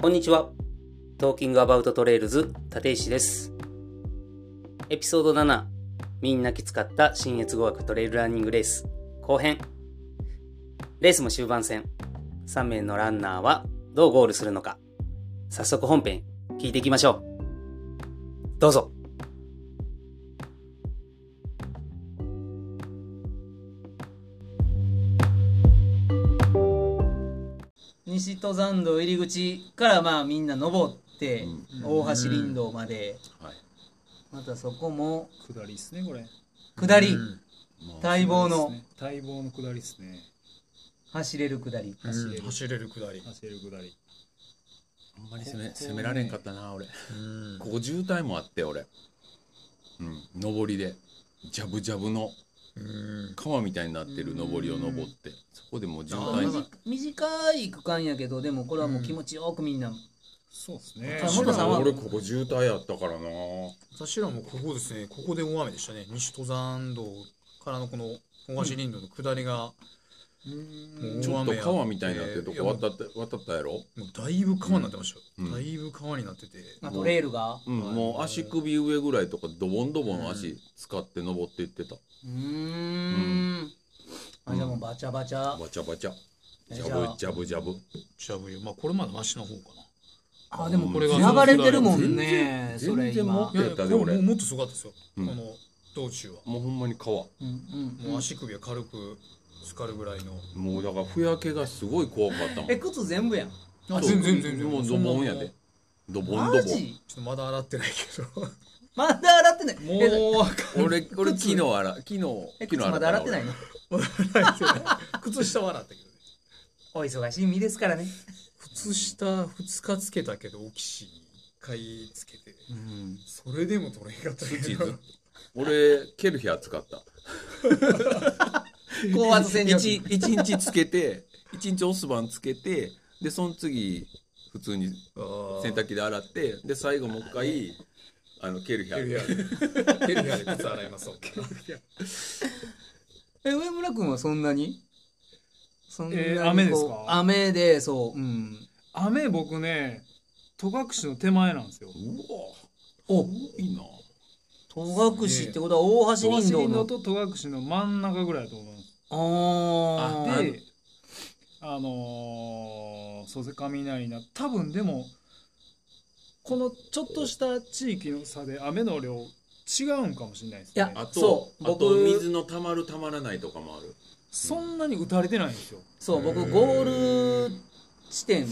こんにちは。トーキングアバウトトレイルズ、立石です。エピソード7、みんなきつかった新越語学トレイルランニングレース、後編。レースも終盤戦。3名のランナーはどうゴールするのか。早速本編、聞いていきましょう。どうぞ。西登山道入り口からまあみんな登って、大橋林道まで、はいまたそこも下りですねこれ下り、まあ待望の待望の下りですね走れる下り、走れる走れるくだり。走れる下りあんまり攻め攻められんかったな俺ここ渋滞もあって俺うん上りでジャブジャブの川みたいになってる上りを登ってそこでもう渋滞に短短い区間やけどでもこれはもう気持ちよくみんな、そうですねあ元さんは俺ここ渋滞やったからな私らもここですね、ここで大雨でしたね。西登山道からのこの大橋林道の下りが、もうちょ大っと雨や川みたいになってるといやこもう渡って渡ったやろもうだいぶ川になってましたよ。うんだいぶ川になってて。あとレールがうんもう足首上ぐらいとかドボンドボン足使って登っていってたうーんあじゃあもうバチャバチャ、バチャバチャジじゃャあブジャブジャブちゃぶよ。まあこれまだマシな方かあでもここれれがが流れてるもんね全然それ全然今もな。いやいやっや、たこでれも俺もっとすごかったですよ。うんこの道中は。もうほんまに川うんうんもう足首が軽く浸かるぐらいの。もうだからふやけがすごい怖かったもんえ靴全部やんあそう全然全然。もうドボンやでちドボンドマボンジょっとまだ洗ってないけど。 まだ洗ってないえもうあか俺俺昨日洗昨日昨え日靴まだ洗ってないのん靴下は洗ったけどね。お忙しい身ですからね靴下2日つけたけどオキシに1回つけて、それでも取れへんかったけ土ずど っ と俺ケルヒャー使った 高圧洗浄一機一日つけて一日オスバンつけてでその次普通に洗濯機で洗ってで最後もう一回あのケルヒヘャルーヤでヘルヤで靴洗います OK え上村君はそんなにそんなにこうえー雨ですか雨でそううん雨僕ね戸隠の手前なんですようわおいいな戸隠ってことは大橋戸林林道道のと戸隠の真ん中ぐらいだと思いますあーであのー、そうですね雷な多分でもこのちょっとした地域の差で雨の量違うんかもしれないですいねやあとそうあ僕と水のたまるたまらないとかもあるそんなに打たれてないんですよそう僕ゴール地点はい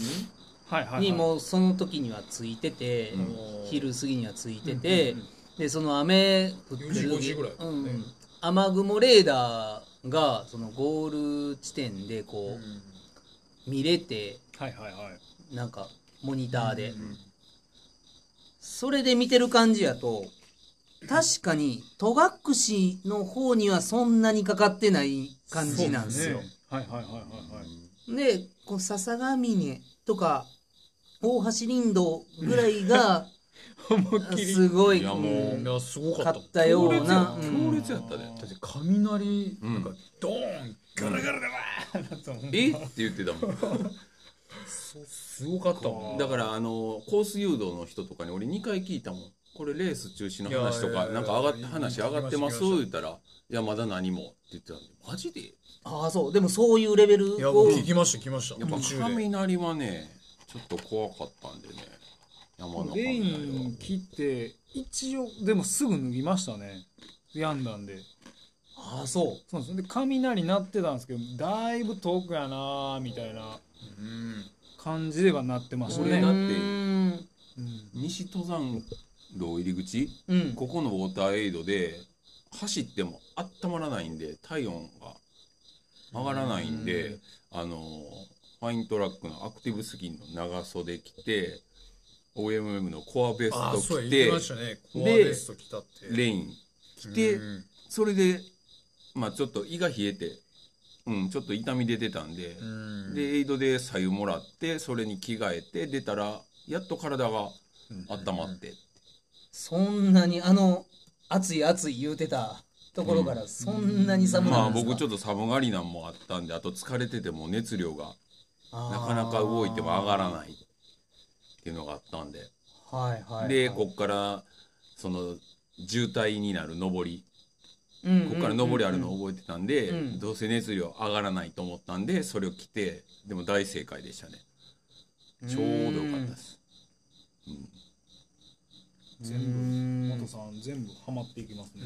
はい、はい、にもうその時にはついてて、うん昼過ぎにはついてて、うんうんうんでその雨降ってる4時5時ぐらいうんうん、雨雲レーダーがそのゴール地点でこう見れてはいはいはいなんかモニターで、それで見てる感じやと確かに戸隠の方にはそんなにかかってない感じなんですそうよねはいはいはいはいはいで、こう笹ヶ峰とか大橋林道ぐらい が思いっきりすごいいやもういやすごか買ったったような、う強ん、烈やったでだって雷うんドーンガラガラガラーってもうえって言ってたもんすごかったもんだからあのコース誘導の人とかに俺2回聞いたもんこれレース中止の話といやかいやいなやんか上がった話上がってます聞きま言しったら「いやまだ何も」って言ってたんでマジでああそうでもそういうレベルいやを僕聞きました聞きましたやっぱ途中で雷はねちょっと怖かったんでね山の雷レイはン切って一応でもすぐ脱ぎましたね病んだんでああそそうなんですで雷鳴ってたんですけどだいぶ遠くやなーみたいなうん感じではなってましたそれうだね、ってうんうん西登山道入り口うんここのウォーターエイドで走っても温まらないんで体温が上がらないんで、うんあのファイントラックのアクティブスキンの長袖着て OMM のコアベスあトーそう着てや言ってましたねコアベスト来たってレイン着てうんそれでまあちょっと胃が冷えてうんちょっと痛み出てたんで、うんでエイドで左右もらってそれに着替えて出たらやっと体が温まって、そんなにあの暑い暑い言うてたところからそんなに寒くまなあいですか、僕ちょっと寒がりなんもあったんであと疲れてても熱量があなーかなか動いても上がらない。っていうのがあったんで、はいはい、はい。でこっからその渋滞になる上りここから上りあるの覚えてたんで、うんどうせ熱量上がらないと思ったんでそれを着てでも大正解でしたねちょうどよかったです全部元さん全部ハマっていきますね、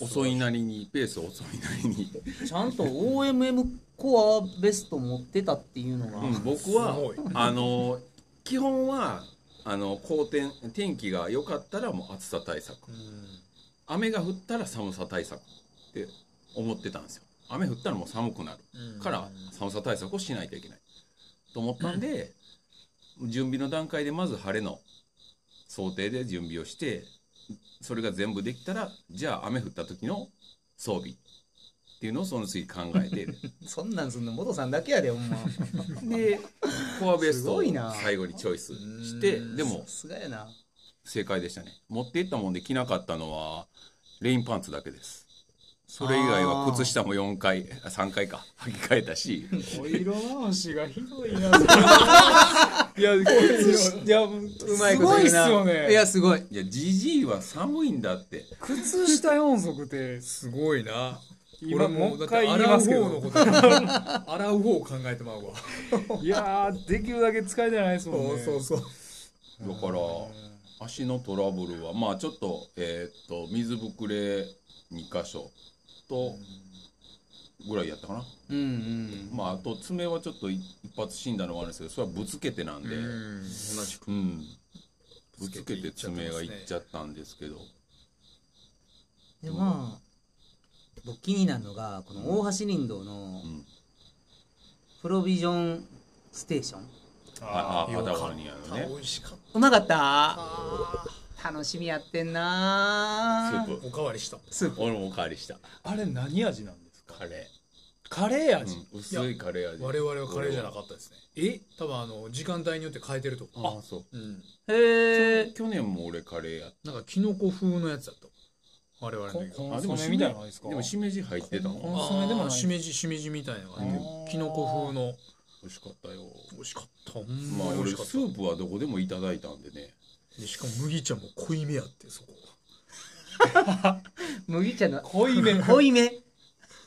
うん。遅いなりにペース遅いなりに、ちゃんと OMM コアベスト持ってたっていうのが、うん僕はあの基本はあの好天天気が良かったらもう暑さ対策うん雨が降ったら寒さ対策って思ってたんですよ雨降ったらもう寒くなるから寒さ対策をしないといけないと思ったんで、準備の段階でまず晴れの想定で準備をしてそれが全部できたらじゃあ雨降った時の装備っていうのをその次考え てそんなんすんの元さんだけやでほんまでコアベスすトをごいな最後にチョイスしてうんでもさすがやな正解でしたね持っていったもんで着なかったのはレインパンツだけですそれ以外は靴下も4回3回か履き替えたしお色直しがひ どいないや、靴下いや、うまいこと言うな。すごいっすよねいや、すごい。いやじじいは寒いんだって靴下4足ってすごいな。今もう一回言い洗うますけ方のどことや洗う方を考えてまうわ。いやーできるだけ使いたいないですもんねそう。だから足のトラブルはまあちょっとえーっと水ぶくれ2箇所とぐらいやったかな、うんうんまああと爪はちょっと一発死んだのもあるんですけどそれはぶつけてなんで、うん同じく。ぶつけて爪がいっちゃったんですけどでまあ僕気になるのがこの大橋林道のうんプロビジョンステーションああよパかっタたゴニアのね美味しかっうまかった楽しみやってんスなープた。おかわりした。俺もおかわりしたあれ何味なんですかカレカレーー、味、うん薄いカレー味我々はカレーじゃなっかったですね。え多分あの、時間帯によって変えてるとたあ思う。そううん。へえ去年も俺カレーやっなんか、キノコ風のやつだった。我々の時コたンソメみたいなのですかでもしめじ入ってたコンのソメでもないあーしめじ、しめじみたいな感じでうん。キノコ風の。美味しかったよ美味しかった。ほんまあまに俺美ス味しかった。ープはどこでもいただいたんでねでしかも麦茶も濃いめやって、そこ。麦茶の濃いめ。こ 濃い め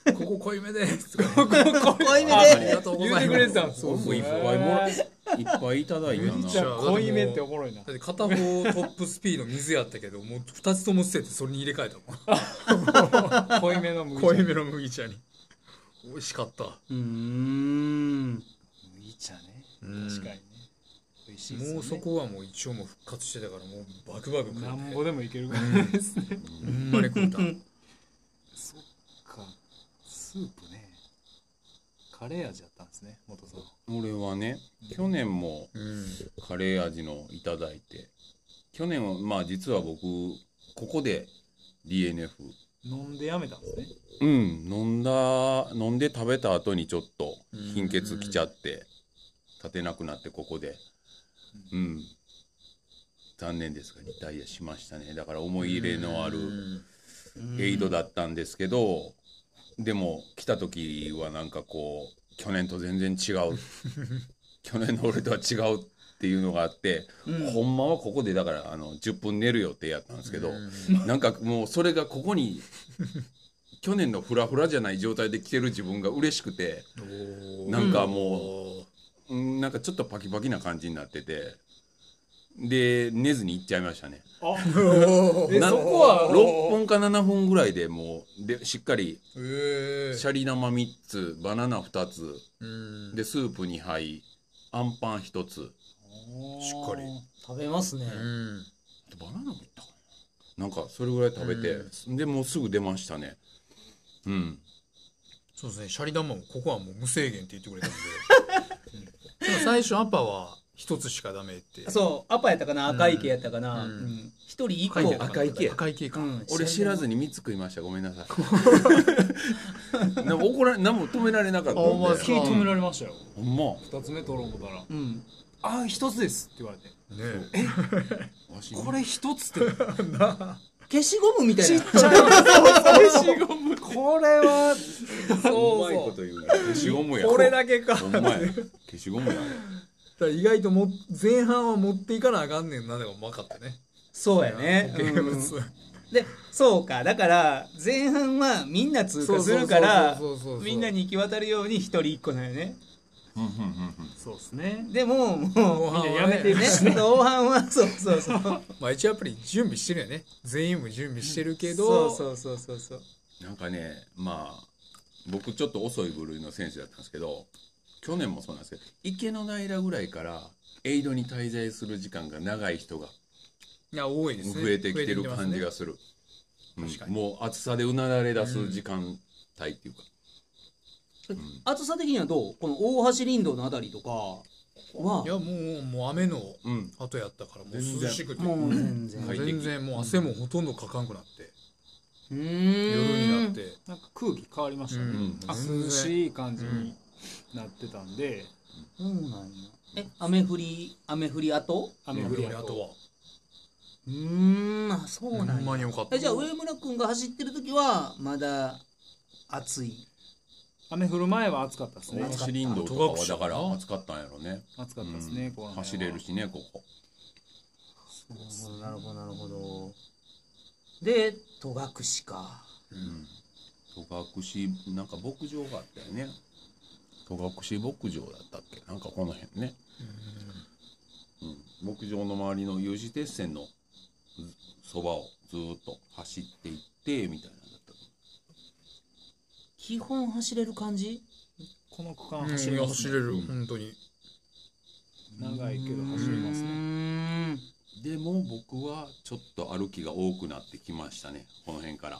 こ濃いめです。ここ濃いめありでがとうございます。言うてくれてたんですそうそう僕いっぱいもらいっぱいいただいた麦茶な濃いめっておもろいだなって片方トップスピード水やったけど、もう二つとも捨ててそれに入れ替えた濃いめのもん。麦濃茶いめの麦茶に。美味しかった。うーん麦茶ねうん確かにね美味しいですよねもうそこはもう一応もう復活してたから、もうバクバク食なうんて。ぼでもいけるからですねほんまに食うた。そっかスープねカレー味だったんですね元さん俺はね去年もうん。カレー味のいただいて去年はまあ実は僕ここで DNF 飲んでやめたんですねうん飲んだ飲んで食べた後にちょっと貧血きちゃって立てなくなってここでうん残念ですがリタイアしましたねだから思い入れのあるエイドだったんですけど、でも来た時はなんかこう去年と全然違 う去年の俺とは違うっていうのがあって、ほんまはここでだからあの10分寝る予定やったんですけど、なんかもうそれがここ に去年のフラフラじゃない状態で来てる自分が嬉しくてなんかもう、うんなんかちょっとパキパキな感じになっててで寝ずに行っちゃいましたね。 えなそこは6分か7分ぐらいでもうでしっかりええシャリ生3つバナナ2つうん。でスープ2杯あんパン1つしっかり食べますねうん。バナナもいったかななんかそれぐらい食べて、でもうすぐ出ましたねうんそうですね、シャリ玉もここはもう無制限って言ってくれたんで。うん最初アパは一つしかダメって。そうアパやったかな赤い池やったかなうんうん一人一個赤池赤池赤池か。うん俺知らずに3つ食いましたごめんなさ いなんか怒られ何も止められなかったんであお前気に止められましたよほんま二つ目取ろう思ったらうんあー一つですって言われてねわしこれ一つって 消しゴムみたいなこれはうまいこと言うな消しゴムやこれだけか。ほんまや消しゴムやから意外とも前半は持っていかなあかんねんなでも分かったねそうやね。ゲ ームうんで、そうか。だから、前半はみんな通過するからそうそうそうそうそうそう、そうみんなに行き渡るように一人一個なんよね。うんうんうんうんそうですねでも、も後半はねやめてう、ね、後半は、そうそう そう。まあ一応やっぱり準備してるよね全員も準備してるけそどうそうそうそうそう。なんかね、まあ、僕ちょっと遅い部類の選手だったんですけど、去年もそうなんですけど、池の平ぐらいから、エイドに滞在する時間が長い人がいや多いですね増えてきてる感じ増えてきてまがする。うん確かにもう暑さでうなだれ出す時間帯っていうか。暑さ的にはどうこの大橋林道のあたりとかすねいやは、もうもう雨のうん。後やったからもう全然涼しくてもう全然。もうう全然もう汗もほとんどかかんくなって、ーん夜になってなんか空気変わりましたうねんあ全然涼しい感じになってたんでそうなんや。え、雨降り、雨降り後雨降夜りよりあ後とはうーん、あ、そうほなんんまにや。よかったえじゃあ、上村君が走ってる時は、まだ暑い。雨降る前は暑かったですね大橋林道とかはだから暑かったんやろね。暑かったですね、うんこの辺は走れるしね、ここ。なるほど、なるほど。で、戸隠か。うん。戸隠、なんか牧場があったよね。戸隠牧場だったっけなんかこの辺ね。うん、牧場の周りの有刺鉄線のずそばをずーっと走っていってみたいなんだった基本走れる感じこの区間うん走走りれまるす、走ねれる本当に長いけど走りますねね。でも僕はちょっと歩きが多くなってきましたねこの辺から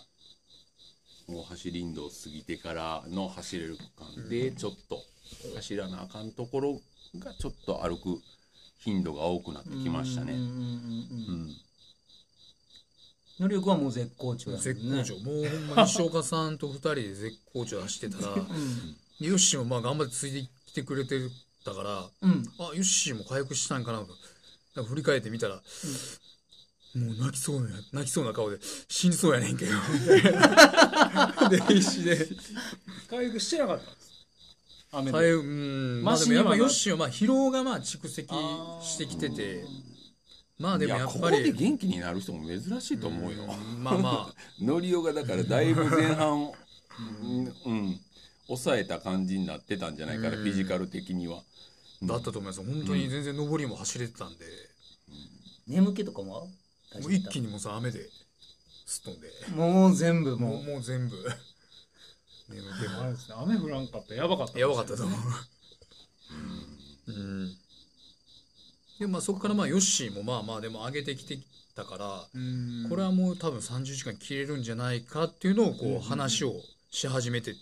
大橋林道を過ぎてからの走れる区間でちょっと走らなあかんところがちょっと歩く頻度が多くなってきましたうんうねんうんう。うんん能力はもう絶好調だもんね。絶好調、もうほんまに西岡さんと2人で絶好調走ってたらヨッシーもまあ頑張ってついてきてくれてたからうん。あ、ヨッシーも回復したんかなと。なんか振り返ってみたら、もう泣きそうな、泣きそうな顔で、死にそうやねんけど。 で、必死で。回復してなかったんです雨ではい、うん。まあマでシもにやはっなぱヨッシーは、まあ疲労がまあ蓄積してきてて、まあでいもややこっこぱでり、元気になる人も珍しいと思うよ、まあま ノリオがだからだいぶ前半を、うん、うん抑えた感じになってたんじゃないかな、うんフィジカル的には。あ、だったと思います。本当に全然上りも走れてたんで、眠気とかも大も丈夫うだ一気にもうさ、雨で、すっ飛んで、もう全部ももうもう全部、眠気もあれですね雨降らんかったらやばかったやばかったと思う。うん。で、まあそこからまあヨッシーもまあまあでも上げてきてたから、うんこれはもう多分30時間切れるんじゃないかっていうのをこう話をし始めてった。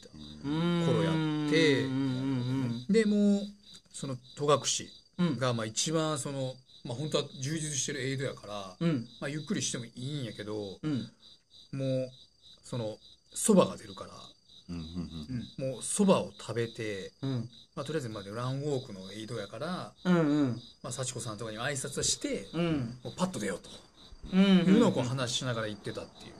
う。頃やってうんうんで、もうその戸うんう隠ん。がまあ一番その、まあ本当は充実してるエイドやから、うん。まあゆっくりしてもいいんやけど、うん。もうその蕎麦が出るから、うんうんうんもう蕎麦を食べて、うん。まあとりあえずまあランウォークのエイドやから、うんうん。まあ幸子さんとかに挨拶して、うん。もうパッと出ようと。うん。いうのをこう話しながら言ってたっていう。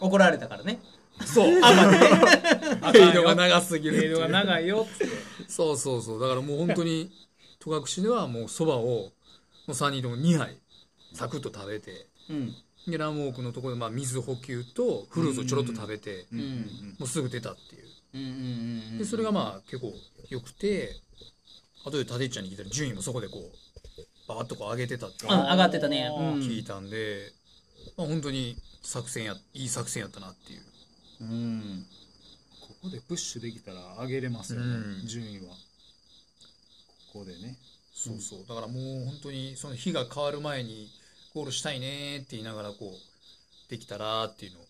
怒られたからね。そう。よ程度が長すぎるって程い度がう。長いよっつってそうそうそう。だからもう本当 に、戸隠ではもう蕎麦を、もう3人とも2杯、サクッと食べて、うん。で、ランウォークのところでまあ水補給とフルーツをちょろっと食べて、うん。もうすぐ出たっていう。うんうんうん。で、それがまあ結構良くて、後で立ちゃんに聞いたら順位もそこでこう、バーッとこう上げてたっていううん、上がってたね。うん聞いたんで、まあ本当に作戦や、いい作戦やったなっていう。うん。ここでプッシュできたら上げれますよね、うん順位はここでねそうそう。だからもう本当に、その日が変わる前に、ゴールしたいねーって言いながら、こう、できたらーっていうのを、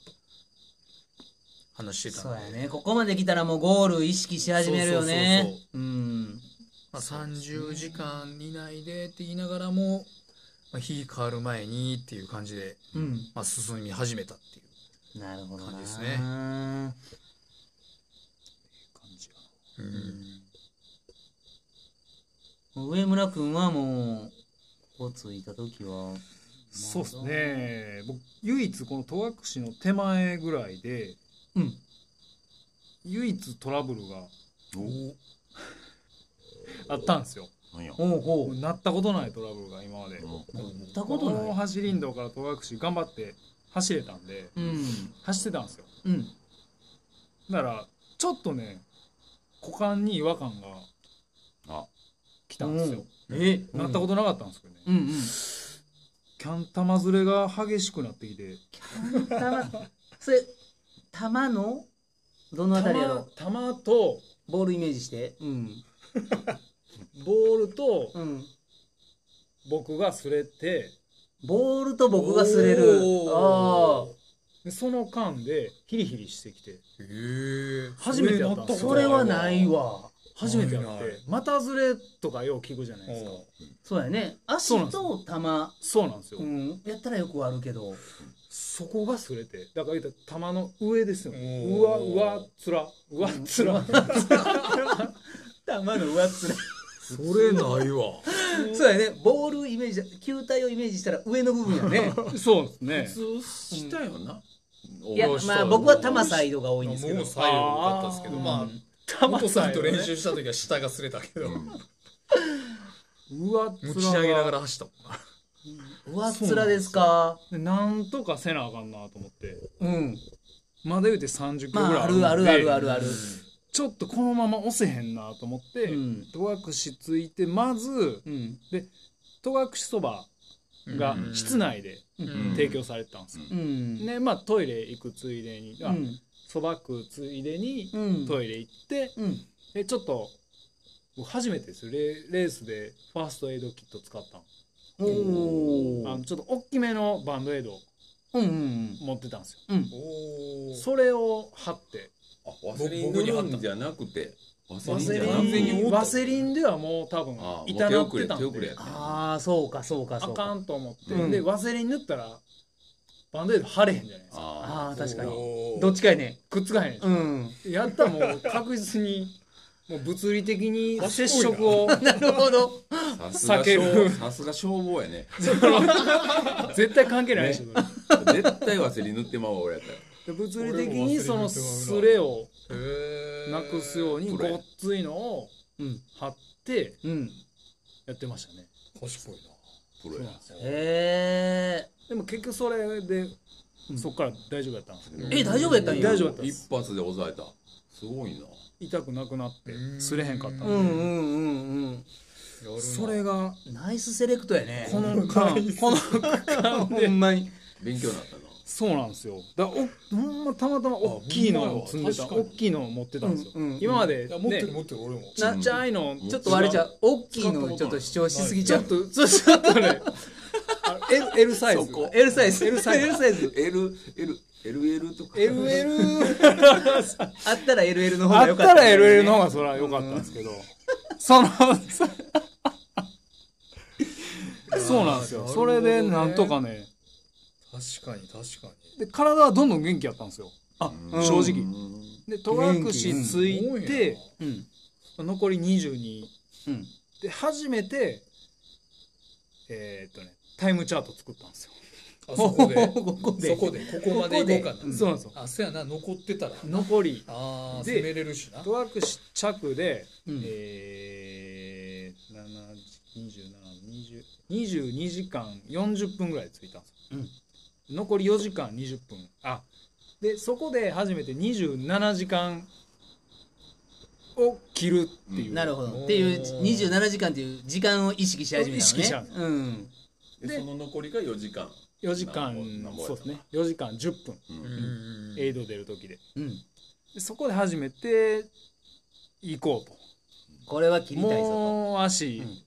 話してたそんうで。やね。ここまで来たらもうゴール意識し始めるよそうねそうそう。うん。まあ、30時間以内でって言いながらも、まあ、日変わる前にっていう感じで、うん。まあ、進み始めたっていう。なるほどな。感じですねね。感じが上村君はもう、ここ着いた時は、そうですね僕唯一この戸隠の手前ぐらいでうん。唯一トラブルがおあったんですよなんや。ほうほうなったことないトラブルが今まで行ったこと大ない橋林道から戸隠頑張って走れたんでうん走ってたんですようんだからちょっとね股間に違和感があ、来たんですよえなったことなかったんですけどねうんうんキャン玉ずれが激しくなってきて玉それ玉のどのあたりやろ玉とうボールイメージしてうんボールとうん僕がすれてボールと僕が擦れるおあーでその間でヒリヒリしてきてえー、初めてやったんあですよそれはないわ初めてやってないない股ずれとかよう聞くじゃないですかそうやねそうなんです足と玉そうなんですよ、うんやったらよくあるけどそこがすれてだから言ったら球の上ですよおうわーうわつらうわつら玉の上っ面それない わそうやねボールイメージだ球体をイメージしたら上の部分やねそうですね普通したよな。いやおろしとまあ僕は玉サイドが多いんもうですけど左右だったんですけどあーまあうん元さんとよね練習した時は下が擦れたけど、うわつら持ち上げながら走ったもんな上っ面ですかでなんとかせなあかんなと思ってうんまだ言うて30キロぐまらいああるあんるであるあるあるちょっとこのまま押せへんなと思ってうん戸隠ついてまずうん戸隠そばが室内でうん提供されてたんですよ、うんねまあトイレ行くついでにうあんそば食うついでにうんトイレ行ってうんでちょっと僕初めてですよレレースでファーストエイドキット使ったのおおあのちょっと大きめのバンドエイドうんうん持ってたんですよおーそれを貼ってあ、ワセリン塗るんじゃなくて。ワセリンじゃなワくセリて。ンワセリンではもう多分あー痛なってた手ん遅れ手遅でれああそうかそうかあそうかかんと思って、うんでワセリン塗ったらバンドエイド貼れへんじゃないですかあああ確かにおーどっちかやねくっつかへんじゃないですかうんやったらもう確実にもう物理的に接触 をなるほどあ。さすが避け消るさすが消防やね。絶対関係ないでしょ、絶対ワセリン塗ってまうわ俺やったら。で物理的にそのスレをへーなくすようにこれごっついのをうん貼ってうんやってましたね賢いなプロや。へえでも結局それでそっから大丈夫やったんですけど、え大丈夫やったんや大丈夫やったんです一発で抑えた。すごいな。痛くなくなってうんすれへんかったんで、うんうんうんうやんるなそれがナイスセレクトやねこの間この間ほでんまに勉強にな ったな。そうなんですよだからおほんまたまたま大きいのを積んでたあほんまや大きいのを持ってたんですよ、うんうん今まで、いや持ってねる持ってる俺もちっちゃいのうんちょっと割れちゃう大きい使ったことなのいちょっと主張しすぎちちゃょっうとそうちょっとねあの L, L サイズそこ L サイズ L サイズ L サイズ L L L L とか。 LL あったら LL の方あがっ良かたったらね LL の方がそれは良かったんですけどそのそそうなんですよそれでなんとかね確かに確かにで体はどんどん元気やったんですよあうん正う直んで戸隠つすごいいてなうん残り22うんで初めてえーっとねタイムチャート作ったんですよあそこでここでそこでここまで行こうかなそうなんですよあそやな残ってたら残りああで攻めれるしな戸隠着でうんえー、7 27 20 22時間40分ぐらいで着いたんですよ、残り4時間20分あでそこで初めて27時間を切るっていう、なるほどっていう27時間っていう時間を意識し始めたのね意識しちゃううんでその残りが4時間。 4時間なんぼやったなそうですね4時間10分、うんうんうんうんエイド出る時でうんでそこで初めて行こうとこれは切りたいぞもう足うん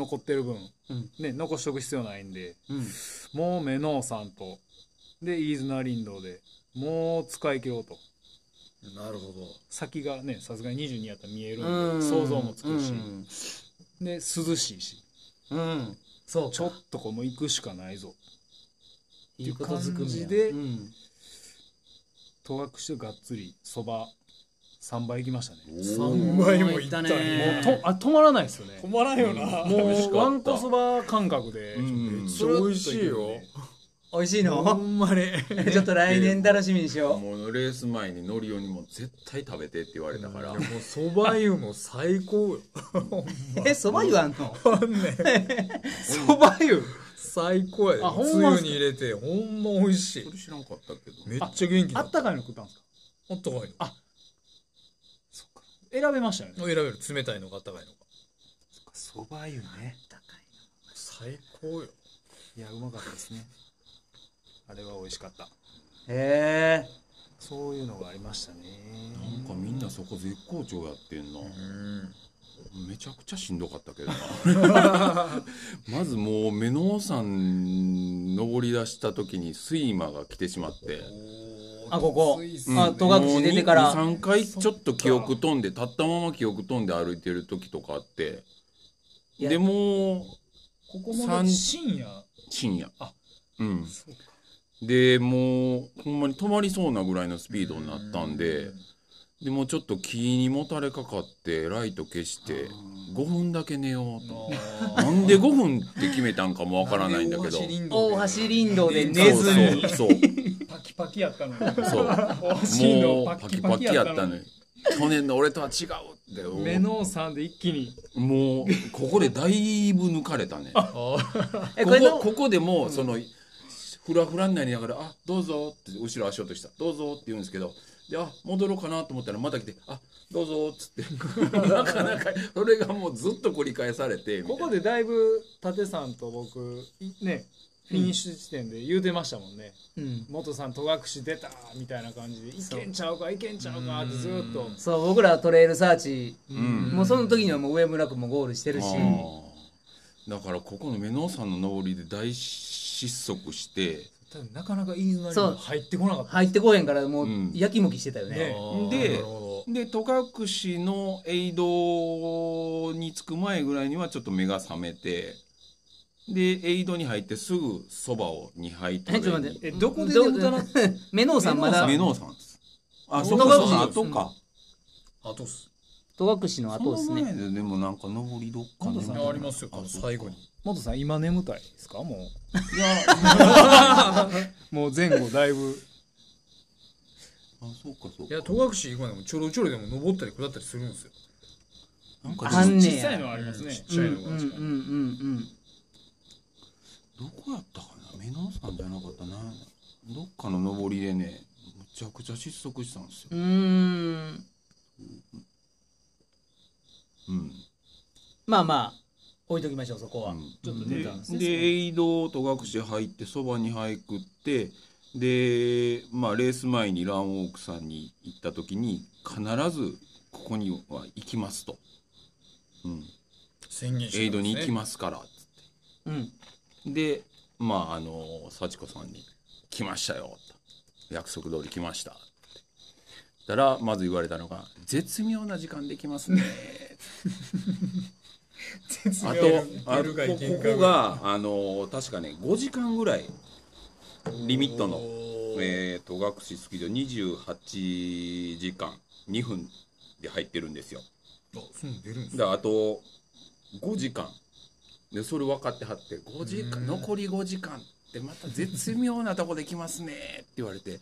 残ってる分、うんね、残しとく必要ないんでとうんもうメノーさんとで飯綱林道でもう使い切ろうとなるほど先がねさすがに22やったら見えるんでうん想像もつくし、うんで涼しいしうんそうちょっとこうもう行くしかないぞいいことづいうくめ感じやでうん戸隠してがっつりそば3杯行きましたね三枚もいったねねもうとあ止まらないですよね止まらんよなも美味しかっうたわんこそば感覚でうんめっちゃ美味しいよ美味しいほのんまにちょっと来年楽しみにしよもうレース前にノリオにも絶対食べてって言われたからいやもうそば湯も最高よ う。え、そば湯あんのあんねんそば湯最高やであほんつまっゆすかに入れてほんま美味しそいれ知らんかったけどめっちゃ元気あだったかいの食ったんですかあったかいのあ選べましたよね選べる冷たいのかあったかいのかそば湯ね最高よいやうまかったですねあれは美味しかったへえ。そういうのがありましたねなんかみんなそこ絶好調やってんな、うんめちゃくちゃしんどかったけどなまずもう目の山登り出した時に睡魔が来てしまってあ、ここ。うんあ、戸隠出てから。もう23回ちょっと記憶飛んで立ったまま記憶飛んで歩いてる時とかあっていやでもここも三ね深夜深夜あうんそうかでもうほんまに止まりそうなぐらいのスピードになったんででもうちょっと気にもたれかかってライト消して5分だけ寝ようとなんで5分って決めたんかもわからないんだけど大橋林道でそ寝うずそに。うそうパキパキやったのにそう お箸ものうパパキキパパキキややっったたののにに去年の俺とは違うって思う目のさんで一気にもうここでだいぶ抜かれたねこえ、これこの、ここでもうそのフラフラになりながら「あどうぞ」って後ろ足音した「どうぞ」って言うんですけどであ戻ろうかなと思ったらまた来て「あどうぞ」っつって なかなかそれがもうずっと繰り返されてみたいこなこでだいぶ舘さんと僕いねフィニッシュ地点で言うてましたもんねうん。元さん戸隠出たみたいな感じでいけんちゃうかいけんちゃうかってずっとそう、僕らトレイルサーチ、うんもうその時にはもう上村君もゴールしてるし。あーだからここの目の山の登りで大失速して多分なかなか飯綱にそうも入ってこなかった入ってこうへんからもううんやきもきしてたよね、ねでなるほで戸隠のエイドに着く前ぐらいにはちょっと目が覚めてでエイドに入ってすぐそばを2杯食べえちょっと待ってえどこでど眠ったのメノウさんまだ目の山ですあ戸そ隠うかそうかあとか、どあとっす戸隠のそ後のです前ねででもなんか登りどっか今度でさありますよあ最後に元さん今眠たいですかもいや うもう前後だいぶあそうかそういかや戸隠以外でもちょろちょろでも登ったり下ったりするんですよなんかあんね小さいのやはありますねちっうんちうゃいんうのがんうん確かにうんどこやったかな目の山じゃなかったなどっかの登りでねむちゃくちゃ失速したんですよう、ーんうんまあまあ置いときましょうそこは、ちょっと出でたんですねで江戸戸隠入ってそばに俳句ってで、まあ、レース前にランウォークさんに行った時に必ずここには行きますと、うん、宣言してエイドに行きまますからっつっうん、てでまああの幸子さんに「来ましたよ」と約束通り来ましたってたらまず言われたのが「絶妙な時間で来 ますね」すあとああことこここがあの確かね5時間ぐらいリミットのえー、と学士スピード28時間2分で入ってるんですよあそう出るんですだからあと5時間でそれ分かってはって5時間残り5時間ってまた絶妙なとこできますねって言われて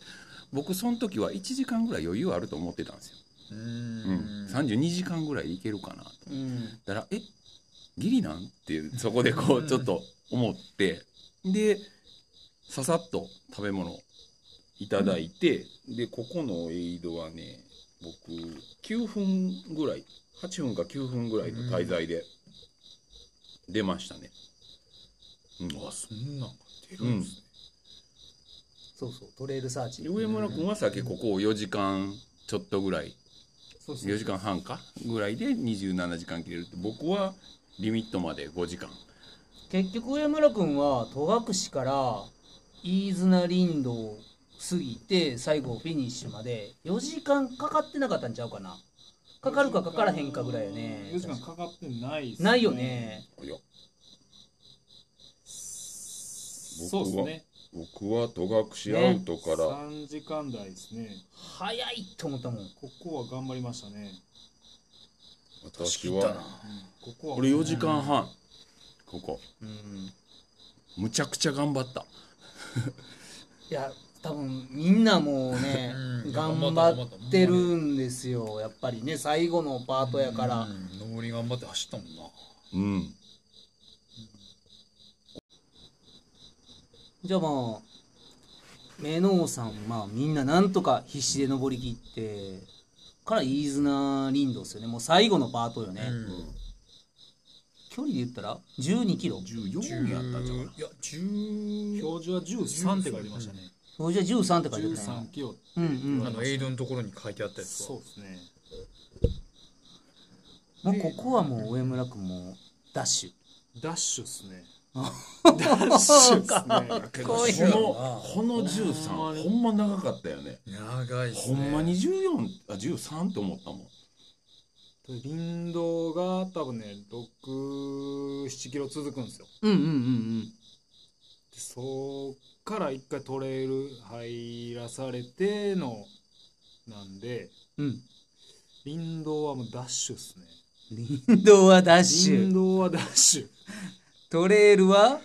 僕その時は1時間ぐらい余裕あると思ってたんですよ、ううん、ん32時間ぐらいいけるかなとうん、だから「えギリなん?」っていうそこでこうちょっと思ってでささっと食べ物いただいて、でここのエイドはね僕9分ぐらい8分か9分ぐらいの滞在で出ましたね、うんあそんなんが出るんですねそうそうトレイルサーチで上村君はさっきここを4時間ちょっとぐらいそうそう4時間半かぐらいで27時間切れるって僕はリミットまで5時間結局上村君は戸隠から飯綱林道を過ぎて最後フィニッシュまで4時間かかってなかったんちゃうかなかかるかかからへんかぐらいよね4時間かかってないっすないよねいやそうですね僕は戸隠アウトから、 3時間台ですね早いと思ったもんここは頑張りましたね私はここはこれ4時間半ここうんむちゃくちゃ頑張ったいや多分みんな もうねうん頑張ってるんですよやっぱりね最後のパートやからうん上り頑張って走ったもんなうん。じゃあまあメノウさんまあみんななんとか必死で登りきってから飯綱林道ですよねもう最後のパートよね、距離で言ったら1 2キロ14やったんじゃん。いや10表示は13って書いてましたねそれじゃあ13って書いてたよ13ねキロうんうんあのエイドのところに書いてあったやつはそうですねもうここはもう上村君もダッシダッシュっすねあ ダッシュっすねけど こうこいうのこの13ほんま長かったよね長いっすほねんまに14あ13って思ったもん林道が多分ね67キロ続くんですよュうんうんうんでそっから一回トレイル入らされてのなんでうんうん林道はもうダッシュっすね 林道はダッシ林ュ道はダッシュトレイルは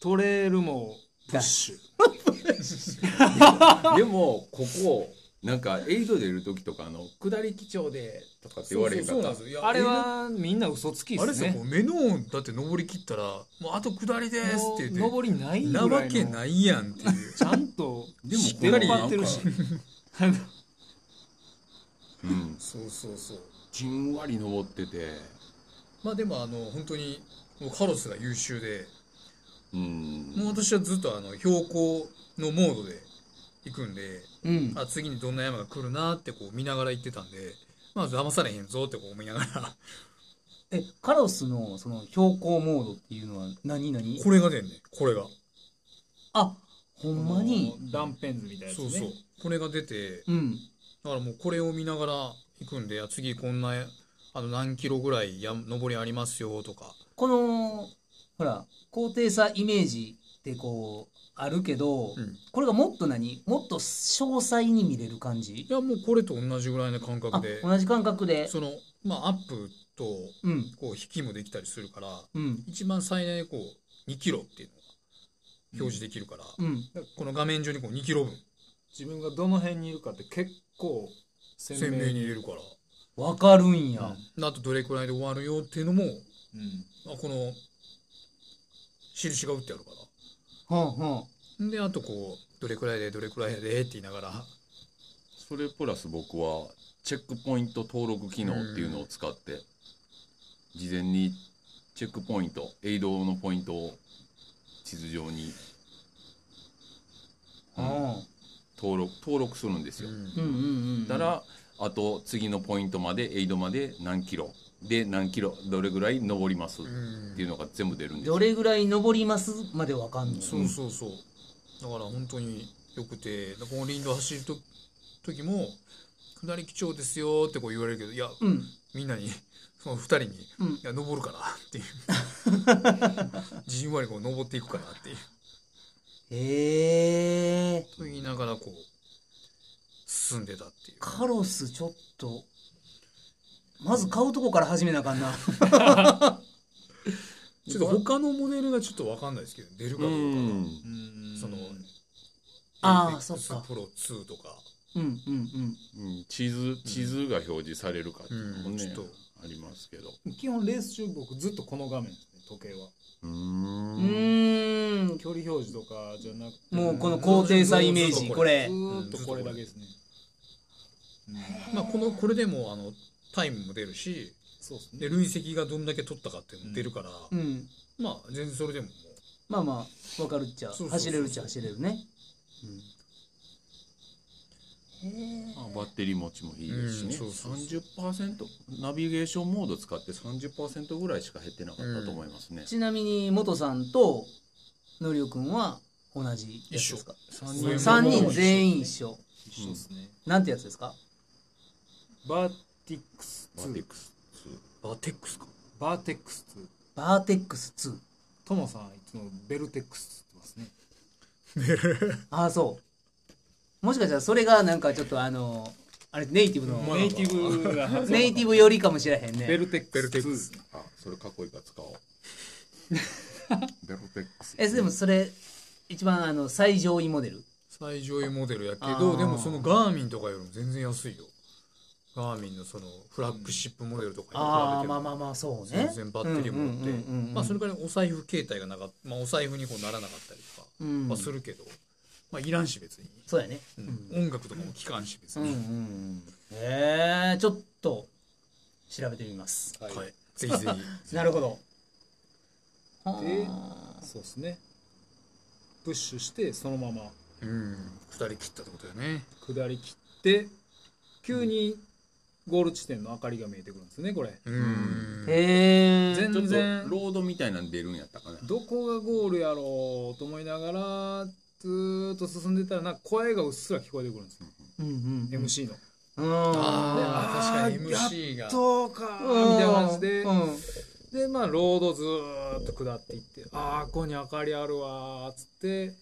トレイルもプッシュでもここなんかエイド出る時とかあの下り基調でとかって言われへんかそうっなたんですよいやあれはみんな嘘つきエイっドあれですすよねもう目の方だって登り切ったらもうあと下りですって言って登りないぐらないのわけないやんっていうちゃんとでもしっ張ってるしこあのうん そうそうそうじんわり登っててまあでもあの本当にもうカロスが優秀でうんもう私はずっとあの標高のモードで行くんでうんあ次にどんな山が来るなってこう見ながら行ってたんでまあ騙されへんぞってこう思いながらえカロスのその標高モードっていうのは何何これが出んねこれがあほんまに断片図みたいなやつそねうそうこれが出てうんだからもうこれを見ながら行くんであ次こんなあの何キロぐらいや登りありますよとかこのほら高低差イメージってこうあるけど、うんこれがもっと何もっと詳細に見れる感じいやもうこれと同じぐらいの感あ覚で同じ感覚でそのまあアップとうんこう引きもできたりするからうん一番最大でこう2キロっていうのが表示できるから、うんこの画面上にこう2キロ分自分がどの辺にいるかって結構鮮鮮明明にに入れるからわかるんや、あとどれくらいで終わるよっていうのもうんあこの印が打ってあるかはんはんらであとこうどれくらいでどれくらいでって言いながらそれプラス僕はチェックポイント登録機能っていうのを使って事前にチェックポイントエイドのポイントを地図上にうん登録登録するんですよ、うんうんうんたら、あと次のポイントまでエイドまで何キロで何キロどれぐらい登りますっていうのが全部出るんですよどれぐらい登りますまでわかんないそうそうそうだから本当によくてこの林道走ると時も「下り基調ですよ」ってこう言われるけどいや、うんみんなに その2人に「うんいや登るかな」っていう じんわりこう登っていくかなっていうへえと言いながらこう進んでたっていうカロスちょっとまず買うとこから始めなあかん なちょっと他のモデルがちょっと分かんないですけど出るかどうかがうんうんそのああ Apex そっか Pro 2とかうんうんうんうん地図地図が表示されるかっていうのもね、うんちょっとありますけど基本レース中僕ずっとこの画面ですね時計はううーんーん距離表示とかじゃなくてもうこの高低差イメージこれずーっとこれだけですね、うんまあこのこれでもあのタイムも出るしそうですねで累積がどんだけ取ったかっていうのも出るから、うんまあ全然それでももうまあまあわかるっちゃそうそうそう走れるっちゃ走れるねまあバッテリー持ちもいいですしね、うんそうそうそ30%ナビゲーションモード使って30%ぐらいしか減ってなかったと思いますね、ちなみに元さんとのりおくんは同じやつですか緒3人全員一緒一緒ですね、なんてやつですかバーティックスバテ2ックスバーテックスかバーテックス2バーテックス2トモさんいつもベルテックスって言ってますねああそうもしかしたらそれがなんかちょっとあのあれネイティブのネイティブが発音 ネイティブ寄りかもしれへんベねルテックス2ベルテックスあそれかっこいいから使おうベロテックスえでもそれ一番あの最上位モデル最上位モデルやけあどーでもそのガーミンとかよりも全然安いよガーミンのそのフラッグシップモデルとかあに比べあてまあもまあまあそうね全然バッテリーも持ってうんうんうんうんうんまあそれからお財布携帯がなかっまあお財布にこうならなかったりとかうんはするけどまあいらんし別にそうやねうんう音楽とかも聞かんし別うんうんうにんへえちょっと調べてみますはいはいぜひぜひ なるほどではそうですねプッシュしてそのままうん二人切ったってことよね下り切って急にゴール地点の明かりが見えてくるんですねこれうんあへえ全ちょっとロ然ードみたいなの出るんやったかなどこがゴールやろうと思いながらずーっと進んでたらなんか声がうっすら聞こえてくるんですよ、うんうんうん MC の。ああで確かに MC がそうかうんーみたいな感じで、うんでまあロードずーっと下っていってああここに明かりあるわーっつって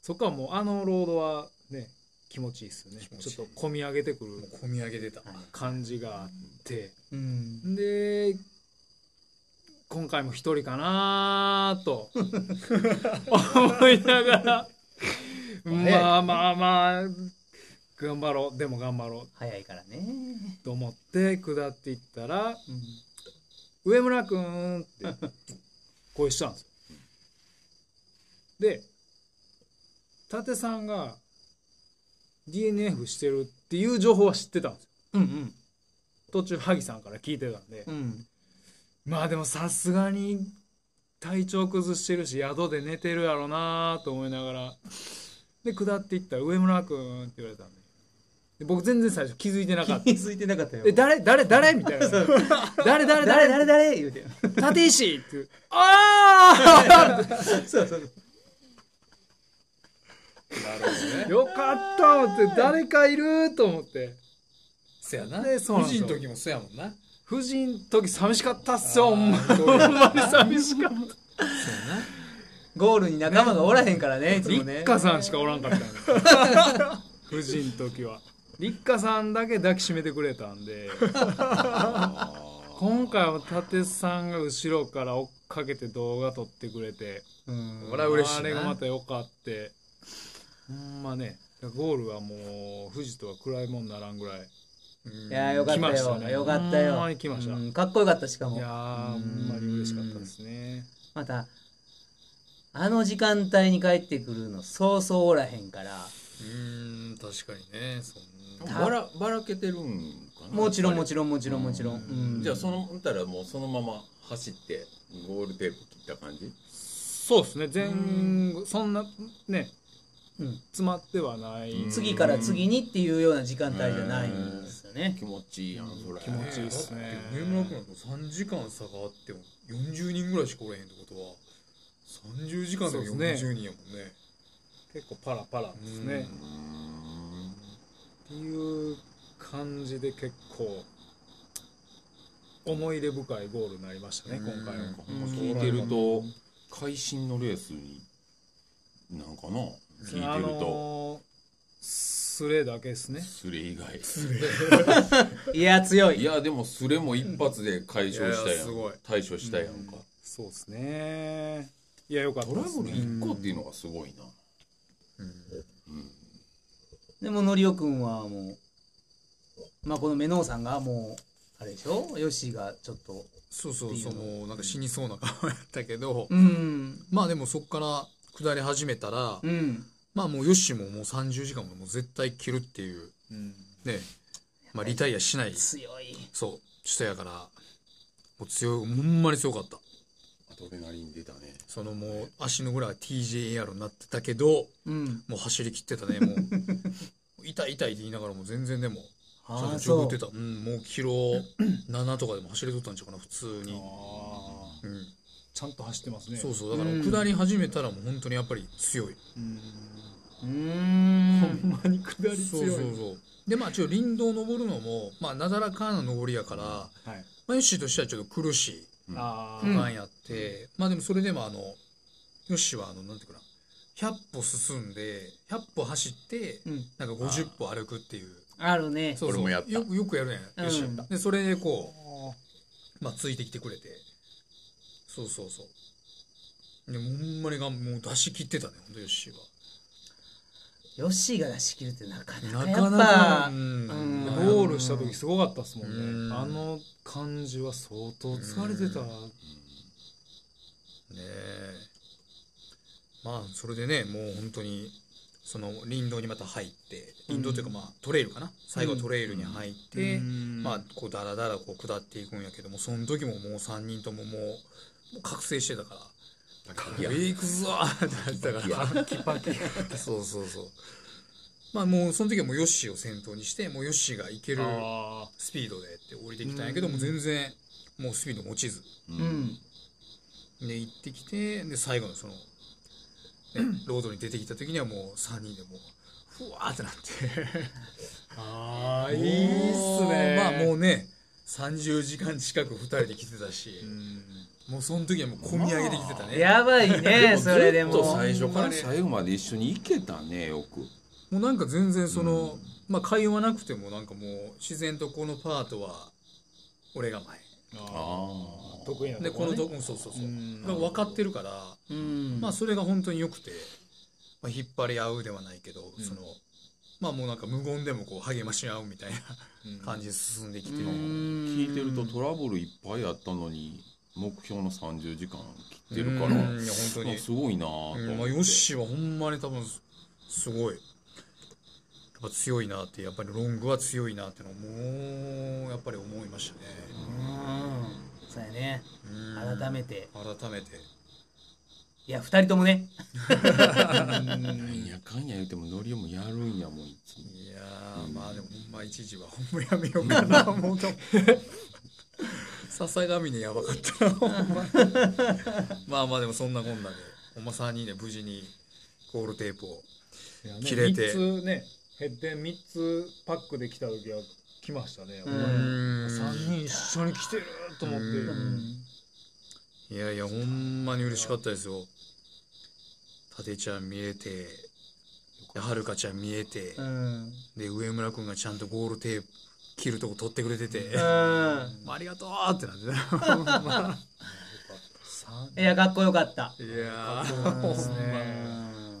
そこはもうあのロードはね気持ちいいっすよね気持ちいいちょっと込み上げてくるもう込み上げてた感じがあってうんで今回も一人かなーと思いなが らまあまあまあ頑張ろうでも頑張ろ早いからねうと思って下っていったら上村くんって声したんですよ。で、舘さんが DNF してるっていう情報は知ってたんですよ。うんうん途中、萩さんから聞いてたんで。うんまあでもさすがに体調崩してるし、宿で寝てるやろなと思いながら。で、下っていったら上村くんって言われたんで。で僕全然最初気づいてなかっ気た。づいてなかったよえ、誰誰 誰みたいな。誰誰誰誰誰誰言うて立石って。あ あそうそうよかった思って、誰かいると思って。せやなでそうなん富です士よの時もそうやもんな夫人の時寂しかったっすよ、ほんまほんまに寂しかっゴールに仲間がおらへんからねいた。つもね立花さんしかおらんかったん や夫人の時は。立花さんだけ抱きしめてくれたん で、今回は舘さんが後ろから追っかけて動画撮ってくれて、うんこれは嬉しいあれがなまたよかって、ほんまね、ゴールはもう、富士とは暗いもんならんぐらい。うんいやーよかった来ましたよ、ねよかったよほんまに来ましたうんかっこよかったしかもいやー、ほんまに嬉しかったですね。またあの時間帯に帰ってくるのそうそうおらへんからうーん確かにねそんなたばらばらけてるんかなもちろんもろちろんもちろんもちろん、うんじゃあそのほんたらもうそのまま走ってゴールテープ切った感じそうですね、全部、そんな、ね、うん詰まってはない。うん次から次にっていうような時間帯じゃないんですよね気持ちいいやんそれ気持ちいいっすねだって上村君と3時間差があっても40人ぐらいしかおれへんってことは30時間でそうですね40人やもんね結構パラパラですね。っていう感じで結構、思い出深いゴールになりましたね、今回は。聞いてると会心のレースになんかな聞いあてるとのースレだけですね。スレ以外いや強いいやでもスレも一発で解消したいややすごいん対処したやんかそうですね。いや、よかったトラでブすルね。 1個っていうのがすごいなでものりおくんはもうまあこのメノウさんがもうあれでしょヨッシーがちょっとそうそうそうもうなんか死にそうな顔やったけど、うんまあでもそっから下り始めたら、うんまあもうヨッシーももう30時間ももう絶対切るっていううんねまあリタイアしない強いそう人やからもう強いほんまに強かったアドレナリン出たねそのもう足の裏が TJAR になってたけどうんもう走り切ってたね、も う。痛い痛いって言いながらも全然でも、ああちゃんそとう上手打ってた。うん、もうキロ7とかでも走れとったんちゃうかな、普通に。あーうん、ちゃんと走ってますね。そうそう、だからうん下り始めたらもう本当にやっぱり強い。うんうーんほんまに下りそう強い。そうそう。で、まあちょっと林道登るのも、まあなだらかな登りやから、まはい。あヨッシーとしてはちょっと苦しいあ区ー間やって、まあでもそれでもあの、ヨッシーはあの、なんていうかな、100歩進んで、100歩走って、うんなんか50歩歩くっていう。あるねそうそ俺うもやったよくよくやるねうんよしやったでそれでこあう、まあ、ついてきてくれてそうそうそういやもうほんまにがんもう出し切ってたねほんとヨッシーはヨッシーが出し切るってなかなかなやかっなぱかうんうんゴールした時すごかったですもんうんねあの感じは相当疲れてたねえまあそれでねもう本当にその林道にまた入って林道というかまあトレイルかな最後トレイルに入って、まあこうダラダラこう下っていくんやけどもその時ももう3人とももうもう覚醒してたから「いや行くぞ!」ってなってたからパキパキ そうそうそうまあもうその時はもうヨッシーを先頭にしてもうヨッシーが行けるあスピードでって降りてきたんやけども全然もうスピード落ちずうんで行ってきてで最後の その、ね、ロードに出てきた時にはもう3人でもうふわーってなって あーいいっすねもうまあもうね30時間近く2人で来てたし、もうその時はもう込み上げてきてたね、やばいねそれでずっもと最初から最後まで一緒に行けたねよくもうなんか全然その、まあ会話なくてもなんかもう自然とこのパートは俺がああ得意な前でこのねと、うんそうそうそう、うんだから分かってるから、うんまあそれが本当に良くて、まあ、引っ張り合うではないけど、そのまあもうなんか無言でもこう励まし合うみたいな感じで進んできて、聞いてるとトラブルいっぱいあったのに目標の30時間切ってるから、うんいや本当にあすごいなと思っうてんまあ、ヨッシーはほんまに多分すすごいやっぱ強いなってやっぱりロングは強いなってのをもうやっぱり思いましたね、うんそうやねうん改めて改めていや二人ともねなんやかんや言うてもノリオもやるんやもんいつもいやーまあでもほんま一時はほんまやめようか な思うと笹上にやばかったほん ままあまあでもそんなこんなでほんま3人で無事にゴールテープをいやね切れて3つねヘッデン3つパックで来た時は来ましたね、ん3人一緒に来てると思って、うんいやいやほんまに嬉しかったですよたてちゃん見えてはるかちゃん見えて、うんで上村君がちゃんとゴールテープ切るとこ取ってくれてて、 うんありがとうってなってた ほんまいやかっこよかったいやーほんまうん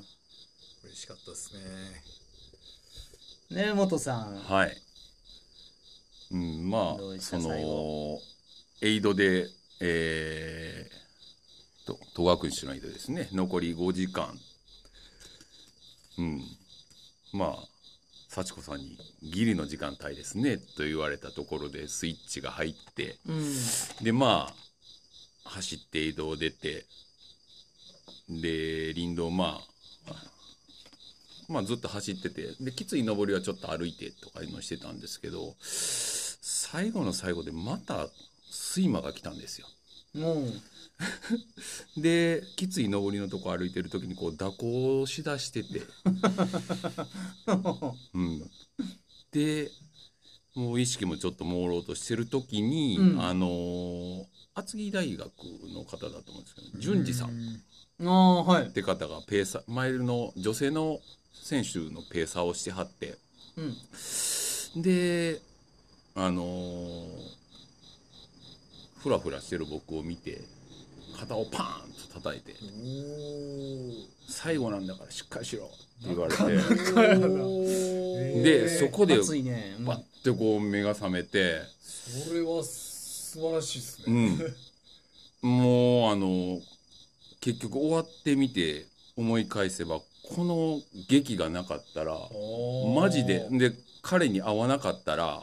嬉しかったですね。ね元さんはい、うん、まどうであしたそ最のエイドでえー、と戸隠市のエイドですね残り5時間うんまあ幸子さんに「ギリの時間帯ですね」と言われたところでスイッチが入ってうんでまあ走って移動出てで林道まあまあずっと走っててできつい登りはちょっと歩いてとかいうのをしてたんですけど最後の最後でまた睡魔が来たんですよ。もうんできつい登りのとこ歩いてる時にこう蛇行しだしてて、うん、でもう意識もちょっと朦朧としてる時に、うんあのー厚木大学の方だと思うんですけど淳二さんっああはいて方がペーサーマイルの女性の選手のペーサーをしてはって。うんであのーふらふらしてる僕を見て肩をパーンと叩いて「最後なんだからしっかりしろ」って言われてでそこで熱いねうんバッてこう目が覚めて、それは素晴らしいですう。ん、もうあのー結局終わってみて思い返せばこの劇がなかったらマジでで彼に会わなかったら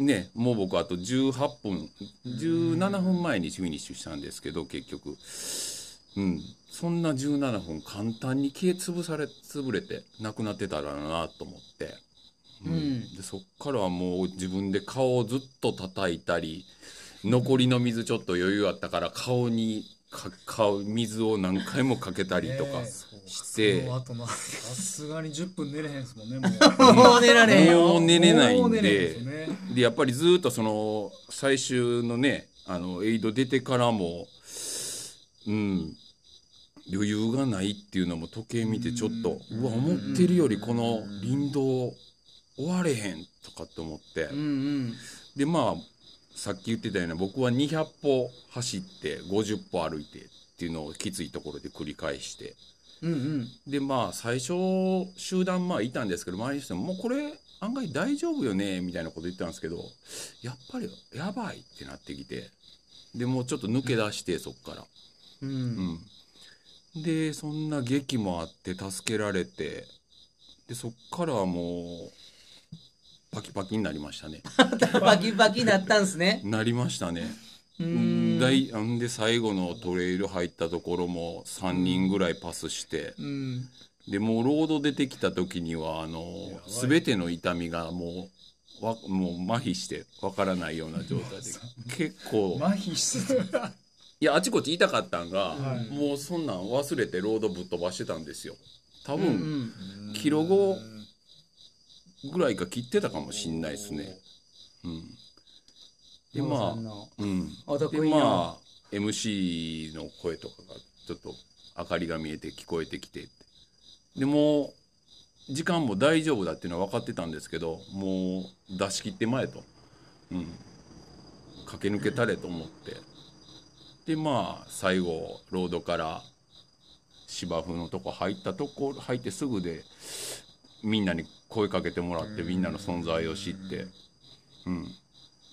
ねもう僕あと18分17分前にフィニッシュしたんですけど結局うんそんな17分簡単に消え潰され潰れてなくなってたらなと思って、うんうん でそっからはもう自分で顔をずっと叩いたり残りの水ちょっと余裕あったから顔にか顔水を何回もかけたりとかして。あとな、さすがに10分寝れへんですもんねもうもう寝られへんよもう寝れないもんう寝でれへんですねでやっぱりずーっとその最終のねあのエイド出てからもうん余裕がないっていうのも時計見てちょっとうわ思ってるよりこの林道終われへんとかって思ってうんうんでまあさっき言ってたような僕は200歩走って50歩歩いてっっていうのをきついところで繰り返してうんうん。でまあ最初集団まあいたんですけど周りの人も「もうこれ案外大丈夫よね」みたいなこと言ってたんですけどやっぱりやばいってなってきてでもうちょっと抜け出して、そっから。う。うんん、でそんな劇もあって助けられてでそっからはもうパキパキになりましたねバキバキなったんすね。なりましたねううんんだいんで最後のトレイル入ったところも3人ぐらいパスしてうんでもうロード出てきた時にはあの全ての痛みがもうわもう麻痺してわからないような状態で結構麻痺してたいやあちこち痛かったんが、はいもうそんなん忘れてロードぶっ飛ばしてたんですよ多うんう分ん。キロ後ぐらいか切ってたかもしんないですねうんで山まさんあのうんあかっでこいいな。まあ MC の声とかがちょっと明かりが見えて聞こえてきてってでもう時間も大丈夫だっていうのは分かってたんですけどもう出し切ってまえと、うん、駆け抜けたれと思ってでまあ最後ロードから芝生のとこ入ったとこ入ってすぐでみんなに声かけてもらってみんなの存在を知ってうん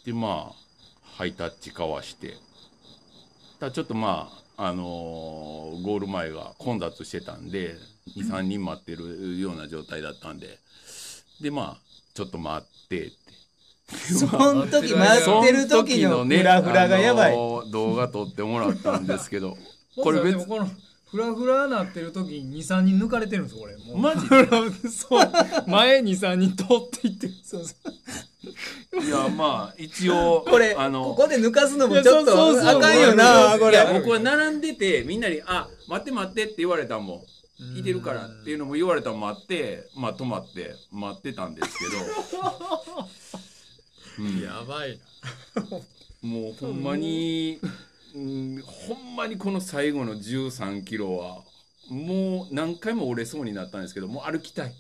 でまあハイタッチ交わしてただちょっとまああのーゴール前が混雑してたんで23人待ってるような状態だったんででまあちょっと待ってって。そん時待ってる時のフラフラがやばいあ。のー動画撮って もらったんですけどここれれ別別にこのフラフラなってる時に23人抜かれてるんですこれもうマジ そう前23人通っていってるそうそういやまあ一応これ、あのここで抜かすのもちょいやそうっとそうそうあかんよな、こいやれ。僕は並んでてみんなに「あ待って待って」って言われたんもんいてるからっていうのも言われたんもあってまあ止まって待ってたんです けど、うんやばいなもうほんまに、うん、ほんまにこの最後の1 3キロはもう何回も折れそうになったんですけどもう歩きたい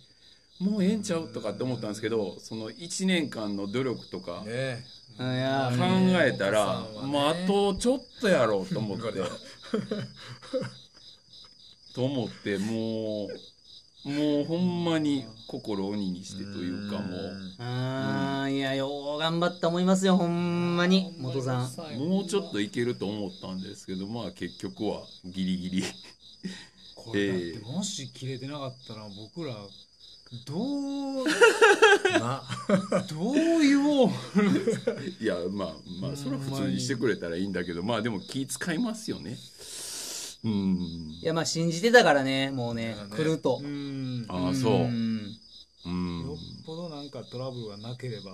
もうええんちゃうとかって思ったんですけどその1年間の努力とかねえいや考えたら、うんもうあとちょっとやろうと思って。 と思ってもうもうほんまに心を鬼にしてというかもあーいや、よう頑張った思いますよ、ほんまに、元さん。うもうちょっといけると思ったんですけどまあ結局はギリギリ これだっえてえもし切れてなかったら僕らどうなどう言おういやまあまあそれは普通にしてくれたらいいんだけどまあでも気使いますよねうんいや、まあ、信じてたからね、もうねそう、だ来ねると。うんああそううんんよっぽどなんかトラブルがなければ、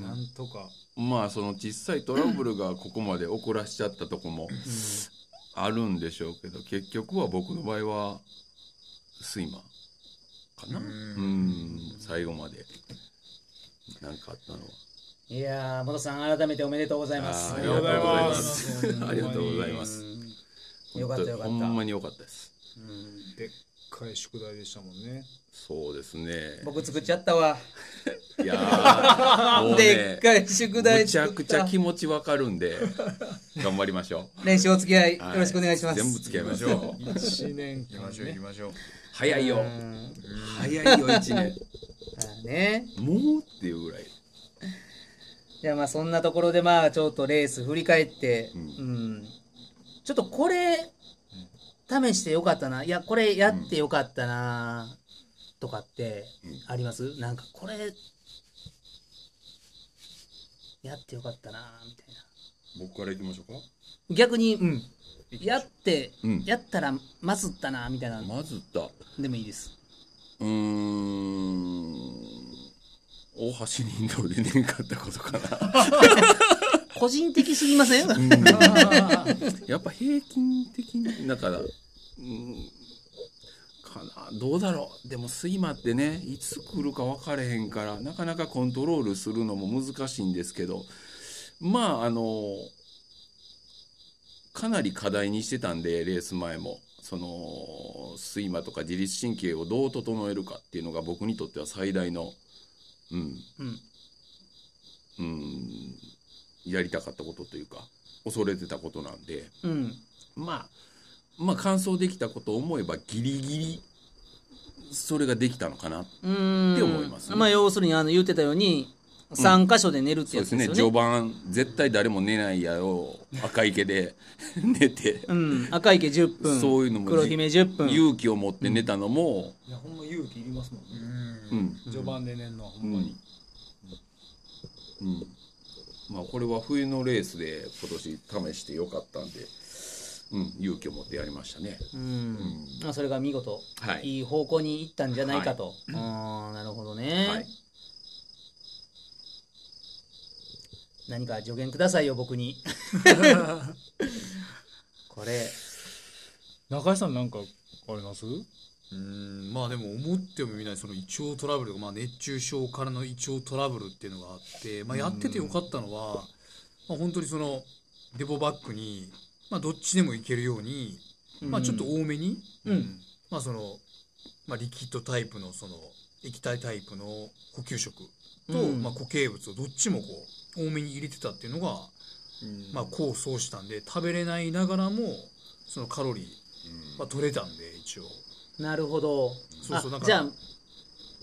なんとかまあその小さいトラブルがここまで起こらしちゃったとこもあるんでしょうけど結局は僕の場合は睡魔かなうん最後まで何かあったのはいやー、元さん、改めておめでとうございます。ありがとうございますありがとうございまうす。んよかったよかっほた。んまに良かったです。でっかい宿題でしたもんねそうですね。僕作っちゃったわ。いや ーもうでっね、かい宿題むちゃ作くっちゃた。気持ちわかるんで、頑張りましょ練習お付き合い、う。よはろしくお願いします。全部付き合いましょう。 1年行きま間しょう行きねましょう早いよう。ん早いよ、一年。まあね。もうっていうぐらい。じゃあまあそんなところでまあちょっとレース振り返って、うんんちょっとこれ試してよかったな、いやこれやってよかったなとかってあります、なんかこれやってよかったなみたいな。僕から行きましょうか。逆に、うん、やって、うんやったらまずったなみたいなのまずだ。でもいいです。うーん。大橋林道でねんかったことかな。個人的すぎま せんやっぱ平均的に、だから、うーん、かな。どうだろう。でも睡魔ってね、いつ来るか分かれへんから、なかなかコントロールするのも難しいんですけど、まあ、あの、かなり課題にしてたんで、レース前も。その、睡魔とか自律神経をどう整えるかっていうのが僕にとっては最大の、うん、うんうん、やりたかったことというか、恐れてたことなんで、うんまあ、まあ完走できたことを思えばギリギリそれができたのかなうんって思いますねまあ要するにあの言ってたように3箇所で寝るってそうやでつすですねよね。序盤絶対誰も寝ないやろう赤池で 寝て、うん、赤池10分そういうのも黒姫10分勇気を持って寝たのも、いやほんま勇気いりますもんねうん序盤で寝るのはほうんんまにうんまあ、これは冬のレースで今年試してよかったんで、うん、勇気を持ってやりましたね。うんまあ、それが見事、はいい方向に行ったんじゃないかと、あーなるほどね、はい何か助言くださいよ僕にこれ中井さんなんかありますうーんまあでも思ってもみないその胃腸トラブルが、まあ、熱中症からの胃腸トラブルっていうのがあって、まあ、やっててよかったのは、まあ、本当にそのデボバッグに、まあ、どっちでもいけるように、まあ、ちょっと多めに、うんまあそのまあ、リキッドタイプのその液体タイプの補給食と、うんまあ、固形物をどっちもこう多めに入れてたっていうのが、まあ、功を奏したんで食べれないながらもそのカロリーは取れたんで一応。なるほどそうそうだあからじゃ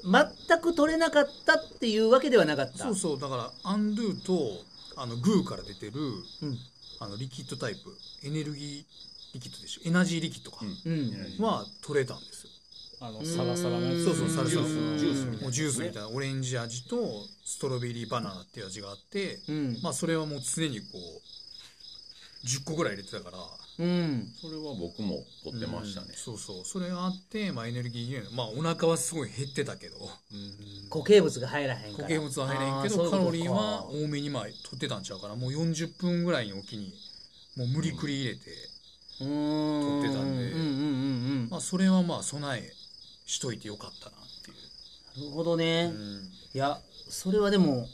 あ全く取れなかったっていうわけではなかったそうそうだからアンドゥとあのグーから出てる、うんあのリキッドタイプエネルギーリキッドでしょエナジーリキッドか、うんうんは取れたんですよあのサラサラのやつそうそうサラサラジュースジュースみみたいなジュースみたいなオレンジ味とストロベリーバナナっていう味があって、うん、まあそれはもう常にこう10個ぐらい入れてたからうんそれは僕も取ってましたねうん。そうそうそれがあって、まあ、エネルギー源まあお腹はすごい減ってたけど固形物が入らへんから固形物は入らへんけあどそうカいロうことリかーは多めにまあ取ってたんちゃうからもう40分ぐらいにおきにもう無理くり入れて、取ってたんでうんうんうんうんまあ、それはまあ備えしといてよかったなっていう、なるほどね、いやそれはでも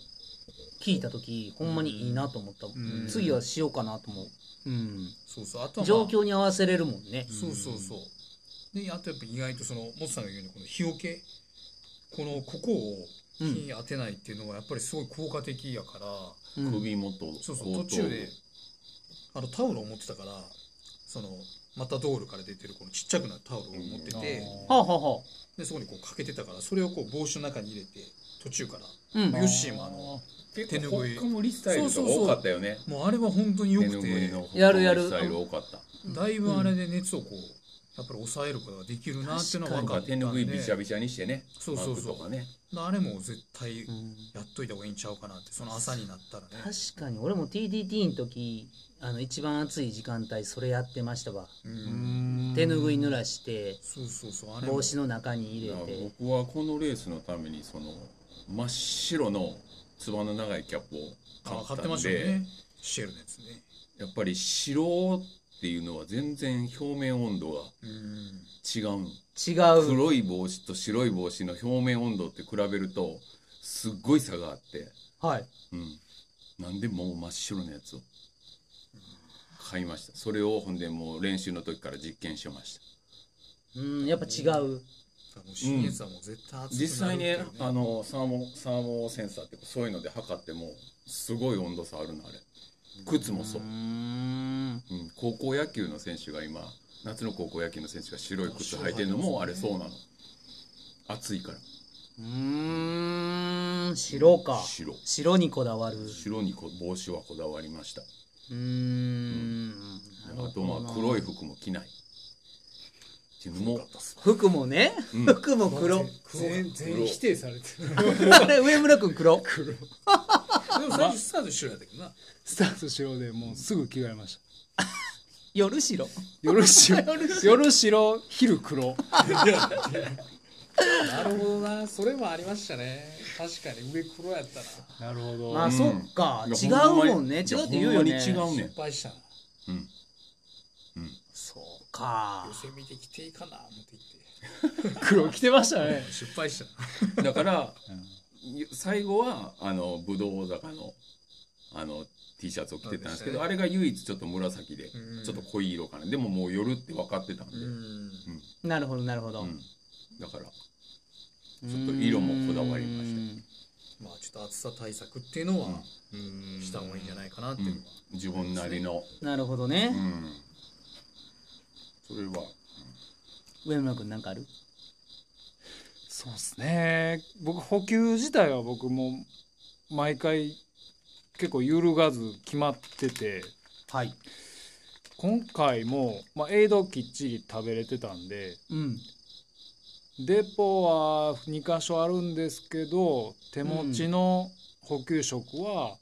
聞いた時ほんまにいいなと思った、ん次はしようかなと思う、うんそうそうあとは、まあ、状況に合わせれるもんね、そうそうそうであとやっぱ意外とそのモツさんが言うようにこの日よけこのここを日に当てないっていうのはやっぱりすごい効果的やから、うん首元、そうそう後途頭中であのタオルを持ってたからそのまたドールから出てるこのちっちゃくなタオルを持ってて、はあはあはでそこにこうかけてたからそれをこう帽子の中に入れて途中から、うんヨッシーもあの手結ぬ構ぐホいッカムリスタイルが多かったよね。もうあれは本当に良手くぬぐいてのホッやカるムやリるスタイル多かった。だいぶあれで熱をこうやっぱり抑えることができるなっていうのはなん分かかったんで手ぬぐいびちゃびちゃにしてね。そうそうそうマークとかね。あれも絶対やっといた方がいいんちゃうかなってその朝になったらね確かに俺も TDT の時あの一番暑い時間帯それやってましたわ手ぬぐい濡らしてそうそうそうあれも帽子の中に入れて僕はこのレースのためにその真っ白のつばの長いキャップあを買買っったてまんしたで、ねシェルのやつねやっぱり白っていうのは全然表面温度がうん違うん違う黒い帽子と白い帽子の表面温度って比べるとすっごい差があって、はいうん、なんでもう真っ白のやつを買いましたそれをほんでもう練習の時から実験してましたうんやっぱ違うもう新越はもう絶対熱く実なる際ってに、いうあのサーモサーモセンサーってそういうので測ってもすごい温度差あるのあれ靴もそう、うんうん、高校野球の選手が今夏の高校野球の選手が白い靴履いてるのもあれそうなの暑いからうん白か白白にこだわる白にこ帽子はこだわりましたうーんあとまあ黒い服も着ないっていうのも服もね、服も黒。全全員否定されてるあれ、上村君黒。でも最初スタート一緒やったけどなスタートしろでもうすぐ着替えました 夜白。夜白夜白昼黒なるほどなそれもありましたね確かに上黒やったななるほど、まあ、そっか。い違やうほんまにもんね。違うって言うよいね。やほんまに違うねん失敗したなそうか寄。せ見てきていいかな思ってきて黒着てましたね失敗したなだから、最後はあのブドウ坂のあの T シャツを着てたんですけど、そうでしたねあれが唯一ちょっと紫で、うんちょっと濃い色かなでももう夜って分かってたんで、うんなるほど、なるほど。うんだからちょっと色もこだわりましたまあちょっと暑さ対策っていうのはした方がいいんじゃないかなっていうのは、自分なりの、なるほどね。うん、それは上村君なんかあるそうですね僕補給自体は僕も毎回結構揺るがず決まっててはい。今回も、まあ、エイドきっちり食べれてたんでうん。デポは2箇所あるんですけど手持ちの補給食は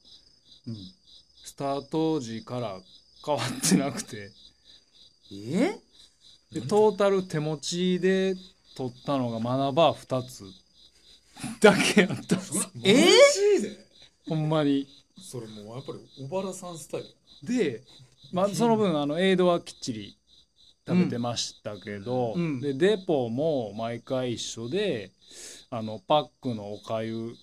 うん、スタート時から変わってなくてえでトータル手持ちで取ったのがマナバー2つだけやったんですえーマジでほんまに。それもうやっぱり小原さんスタイルで、まあ、その分あのエイドはきっちり食べてましたけど、うんうんでデポも毎回一緒であのパックのおかゆ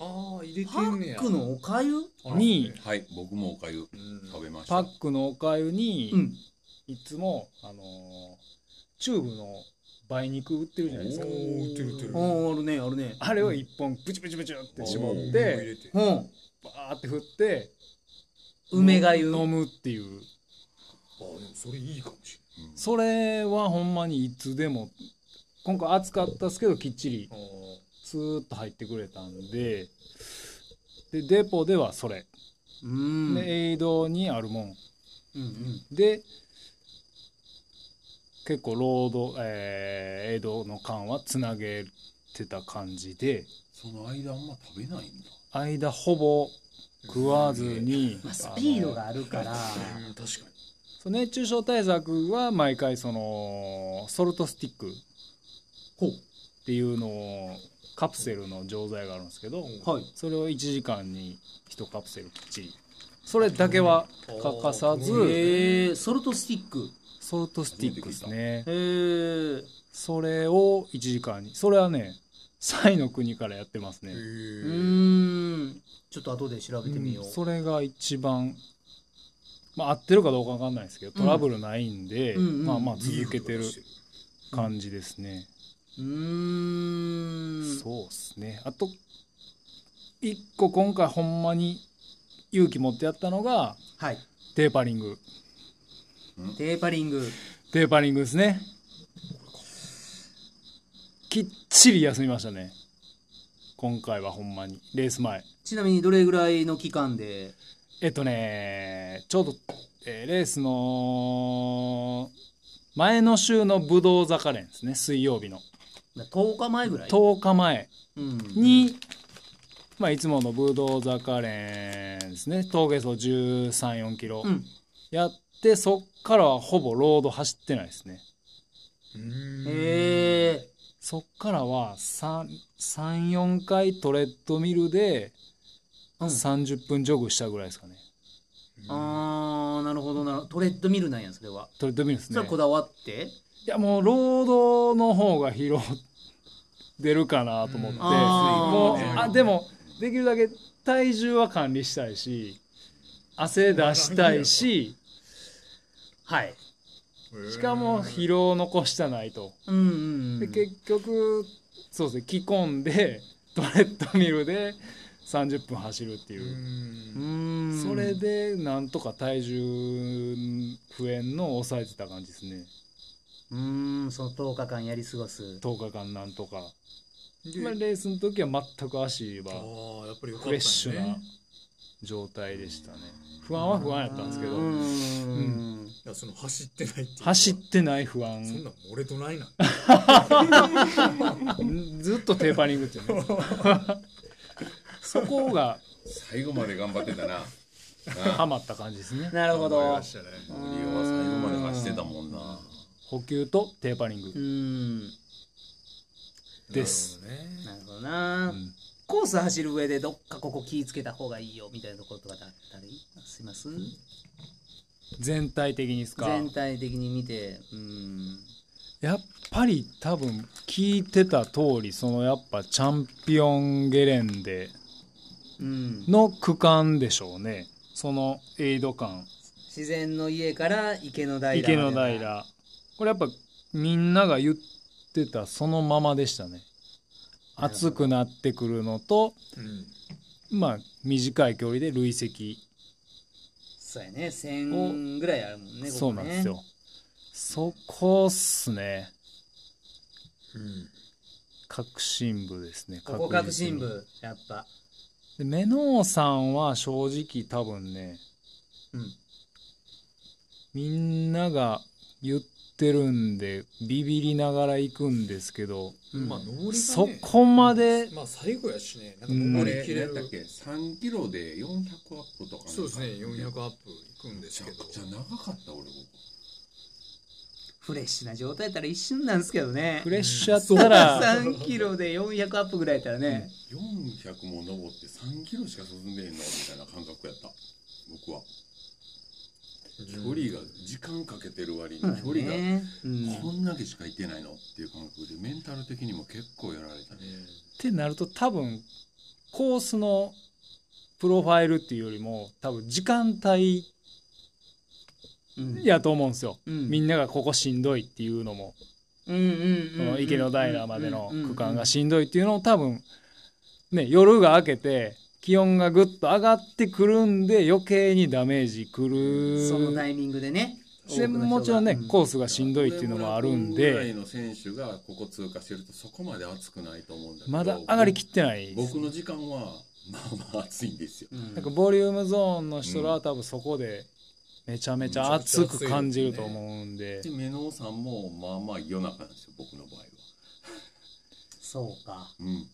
ああ入れパてんねッやクのおかゆにはい僕もおかゆうん食べましたパックのおかゆに、うん。いつも、あのーチューブの梅肉売ってるじゃないですかおー売ってる売ってるああ、あるね、あるね。あれを一本ブチブチブチって絞っお入てれてうん。バーって振って梅がゆ。飲むっていうあーでもそれいいかもしそれはほんまにいつでも今回暑かったですけどきっちれりないああスーッと入ってくれたんででデポではそれ、うん。でエイドにあるもんうんうん。で結構ロード、えーエイドの間はつなげてた感じでその間あんま食べないんだ間ほぼ食わずに、まあ、スあのピードがあるから。うん確かにそう熱中症対策は毎回そのソルトスティックっていうのをカプセルの錠剤があるんですけど、はい。それを1時間に1カプセルきっちりそれだけは欠かさず、へえ、ソルトスティック。ソルトスティックですねへえ。それを1時間にそれはねサイの国からやってますね、うーん。ちょっと後で調べてみよう。それが一番、まあ、合ってるかどうかわかんないですけどトラブルないんで、うんうんうんまあまあ続けてる感じですね、うーん。そうですねあと一個今回ほんまに勇気持ってやったのがはい。テーパリングテーパリング。テーパリングですねきっちり休みましたね今回はほんまにレース前ちなみにどれぐらいの期間で。えっとねちょうど、えーレースの前の週のぶどう坂連ですね水曜日の10日前ぐらい。 10日前うん。に、まあ、いつものぶどう坂連ですね峠走1 3 4キロうん。やって、そっからはほぼロード走ってないですねへえ。そっからは34回トレッドミルでうん30分ジョグしたぐらいですかね、あーなるほどなるほどトレッドミルなんやそれはトレッドミルですそれねはこだわって、いやもう労働の方が疲労出るかなと思って、うんあーもうそうねあでもできるだけ体重は管理したいし汗出したいしはいしかも疲労残したないと、うんうん、うでん、結局そうですね着込んでトレッドミルで30分走るっていうう、うんんそれでなんとか体重不縁の抑えてた感じですねうんその10日間やり過ごす10日間なんとか、でまあ、レースの時は全く足は。ああやっぱりよかったフレッシュな状態でしたね不安は不安やったんですけどうんいやその走ってないっていうのは走ってない不安そんなん俺とないな ずっとテーパリングってねそこが最後まで頑張ってたななあハマった感じですねなるほどたね森尾は最後まで走ってたもんな補給とテーパリンうグんですなるほどねなるほどな、んコース走る上でどっかここ気ぃつけた方がいいよみたいなところとかだったりします全体的にですか全体的に見てうんやっぱり多分聞いてた通りそのやっぱチャンピオンゲレンデうん、の区間でしょうねそのエイド間自然の家から池の平まで池の平これやっぱみんなが言ってたそのままでしたねなるほど暑くなってくるのとまあ短い距離で累積そうやね1000ぐらいあるもんねここねそうなんですよそこっすね。うん革新部ですね。ここ確革実新に。部、やっぱ。で、メノーさんは正直多分ね、うんみんなが言ってるんで、ビビりながら行くんですけど、まあ、登りがねそこまで、まあ、最後やしね、なんかうんあ登れりきれ何るだっけ3キロで400アップとかなんかそうですね、400めアップいくんですちゃけどく。ちゃ長かった俺僕フレッシュな状態やったら一瞬なんですけどねフ。レッシュやったら、 3キロで400アップぐらいやったらね。 400も登って3キロしか進んでへんのみたいな感覚やった僕は距離が時間かけてる割に距離がねうんこんだけしか行ってないのっていう感覚でメンタル的にも結構やられたねってなると多分コースのプロファイルっていうよりも多分時間帯うんやと思うんですよ、うんみんながここしんどいっていうのも、その池の平までの区間がしんどいっていうのを多分ね夜が明けて気温がぐっと上がってくるんで余計にダメージくそのるタイミングでねでもちろんね、こコースがしんどいっていうのもある上ん村君でぐらいの選手がここ通過してるとそこまで暑くないと思うんだけどまだ上がりきってない僕の時間はまあまあ暑いんですよなんかボリュームゾーンの人らは多分そこでめちゃめちゃ熱く感じると思うんでで目の尾さんもまあまあ夜中なんですよ僕の場合はそうかうん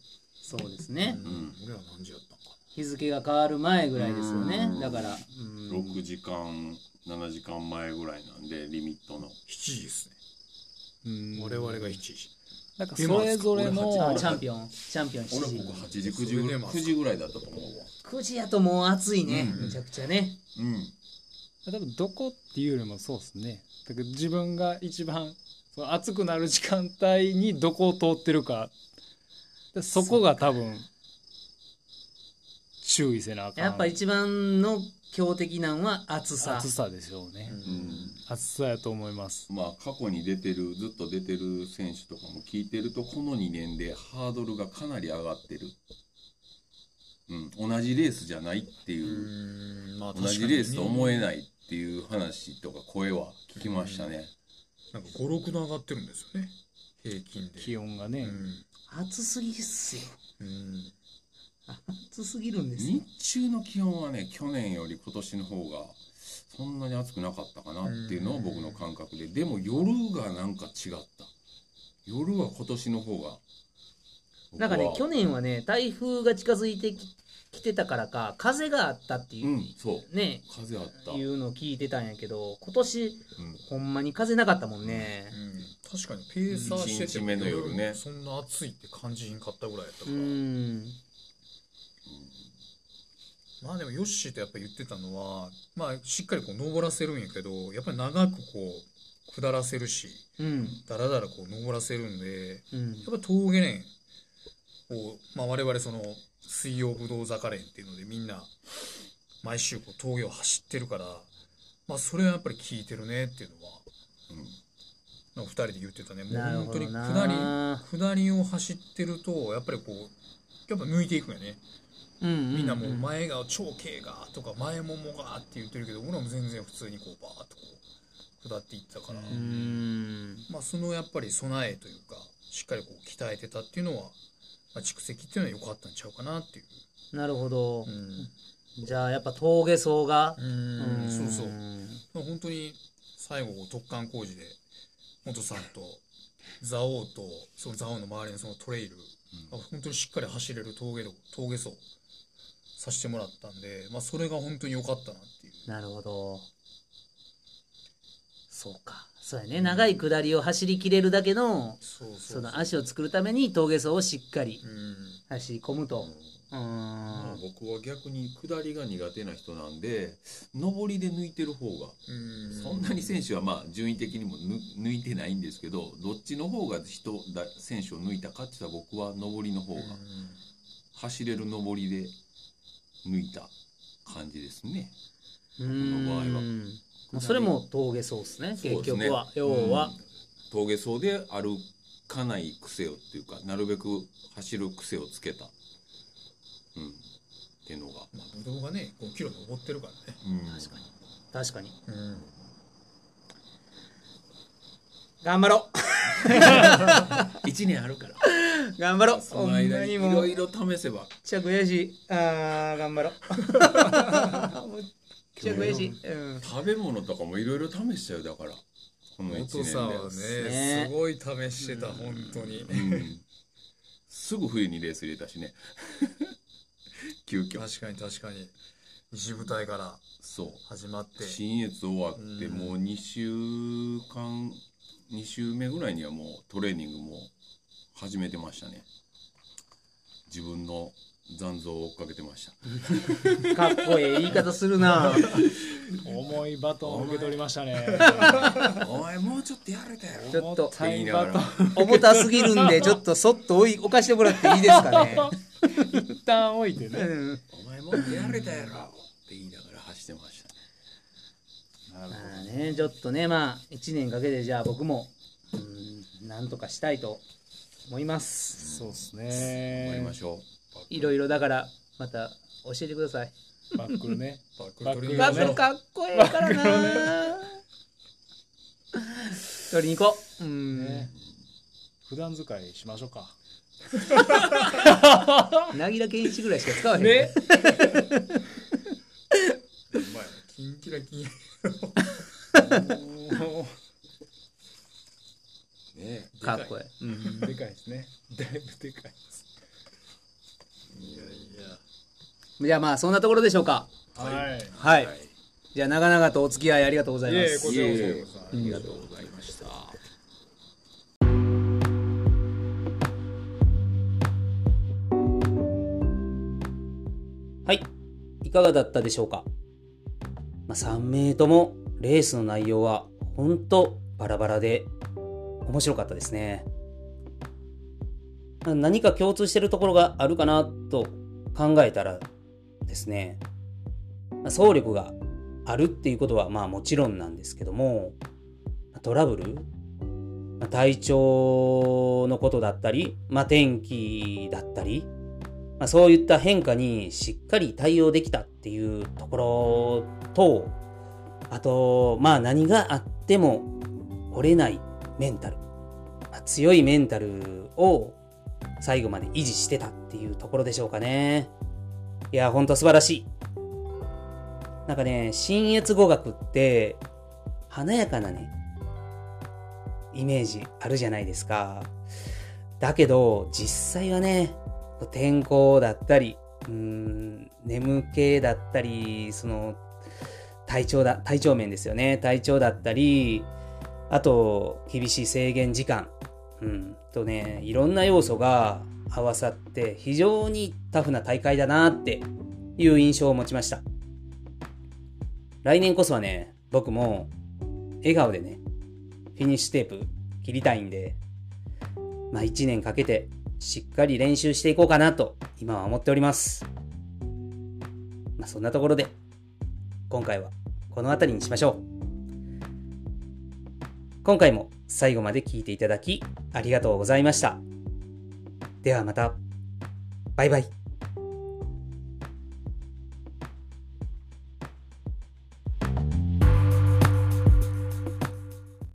そうですねうん俺ら何時やったんか日付が変わる前ぐらいですよねうんだから6時間7時間前ぐらいなんでリミットの ?7 時ですね。うん我々が7時。なんかそれぞれあのチャンピオンチャンピオン俺7時僕8時9時ぐらい9時ぐらいだったと思うわ9時やともう暑いねうんめちゃくちゃねうん多分どこっていうよりもそうですねだから自分が一番その暑くなる時間帯にどこを通ってるかでそこが多分注意せなあかんやっぱ一番の強敵なんは暑さ暑さでしょうね、うん暑さやと思いますまあ過去に出てるずっと出てる選手とかも聞いてるとこの2年でハードルがかなり上がってる、うん、同じレースじゃないっていう、うん、まあ同じレースと思えい。ないっていう話とか声は聞きましたね、なんか5、6度上がってるんですよね。平均で。気温がね、暑すぎっすよ うん。うん。暑すぎるんですよ日中の気温はね去年より今年の方がそんなに暑くなかったかなっていうのは僕の感覚ででも夜がなんか違った夜は今年の方が僕なはんかね去年はね台風が近づいてききてたからか風があったっていううんそうね風あった、ういん、うのを聞いてたんやけど今年ほんまに風なかったもんね確かにペーサーしてて一日目の夜ねそんな暑いって感じひんかったぐらいやったうから、んまあでもヨッシーとやっぱ言ってたのはまあしっかりこう登らせるんやけどやっぱり長くこう下らせるしうんだらだらこう登らせるんでうんやっぱ峠連を、まあ、我々その水曜ぶどう坂連っていうのでみんな毎週こう峠を走ってるから、まあ、それはやっぱり効いてるねっていうのは、なんか2人で言ってたねもなるう本ほ当どにな下り下りを走ってるとやっぱりこうやっぱ抜いていくよねみんなもう前が超軽がとか前ももがって言ってるけど俺らも全然普通にこうバーッとこう下っていってたから。うんまあ、そのやっぱり備えというかしっかりこう鍛えてたっていうのは、まあ、蓄積っていうのは良かったんちゃうかなっていうなるほどうん、じゃあやっぱ峠層がうんそうそう、んまあ、本当に最後突貫工事で元さんと蔵王とその蔵王の周りのそのトレイル、まあ本当にしっかり走れる峠路峠走させてもらったんで、まあ、それが本当に良かったなっていうなるほどそうかそうやね長い下りを走りきれるだけのそうそうその足を作るために峠層をしっかりうん走り込むとうまあん僕は逆に下りが苦手な人なんで上りで抜いてる方がうんそんなに選手はまあ順位的にも抜抜いてないんですけどどっちの方が人だ選手を抜いたかって言ったら僕は上りの方が走れる上りで抜いた感じですね。うんの場合はまあそれも峠層ですねそう結ですね局は要は、峠走で歩かない癖をっていうかなるべく走る癖をつけた、うん、っていうのが、まあぶどうがね5キロ登ってるからねうん確かに確かに頑張ろ一年あるからう頑張ろうその間にいほんまもろういろ試せばめっちゃ悔しい。あー、頑張ろう。 めっちゃ悔しい。うん。食べ物とかもいろいろ試しちゃうだからこの1元さんは年ねねすごい試してた本当にで、うん、すぐ冬にレース入れたしね 急遽確かに確かに西舞台からそう始まって新越終わってうんもう2週間2週目ぐらいにはもうトレーニングも始めてましたね自分の残像を追っかけてましたかっこええ言い方するな。重いバトンを受け取りましたね。 「 おいもうちょっとやれたよ」ちょっとって言いながら 重たすぎるんで、ちょっとそっと置い置かしてもらっていいですか ね。一旦置いてね。うん。 「お前もうちょっとやれたやろ」って言いながら走ってましたねまあね、ちょっとね、まあ、1年かけてじゃあ僕も、うん、なんとかしたいと思います。そうです終わりね。ましょいろいろだから、また教えてください。バックルね。バック取りにバ行ッきましクょルうかっこええからな。 取りに行こう。うん。ね普段使いしましょうか。なぎら健一ぐらいしか使わへん。ねお前キンキラキンうねかっこええ。うんでかいですねだいぶでかいですじゃあまあそんなところでしょうか。はい。はい。じゃあ長々とお付き合いありがとうございまええす。こちらこそありがとうございましたはい。いかがだったでしょうか、まあ、?3 名ともレースの内容は本当バラバラで面白かったですね。な何か共通してるところがあるかなと考えたらですね、まあ走力があるっていうことはまあもちろんなんですけども、まあトラブル、まあ体調のことだったり、まあ、天気だったり、まあ、そういった変化にしっかり対応できたっていうところと、あと、まあ何があっても折れないメンタル、まあ強いメンタルを最後まで維持してたっていうところでしょうかね。いや、ほんと素晴らしい。なんかね、新越語学って華やかなね、イメージあるじゃないですか。だけど、実際はね、天候だったり、うーん、眠気だったり、その、体調だ、体調面ですよね。体調だったり、あと、厳しい制限時間、うん、とね、いろんな要素が合わさって、非常にタフな大会だなっていう印象を持ちました。来年こそはね、僕も、笑顔でね、フィニッシュテープ切りたいんで、まあ1年かけてしっかり練習していこうかなと今は思っております。まあそんなところで今回はこの辺りにしましょう。今回も最後まで聞いていただきありがとうございました。ではまた。バイバイ。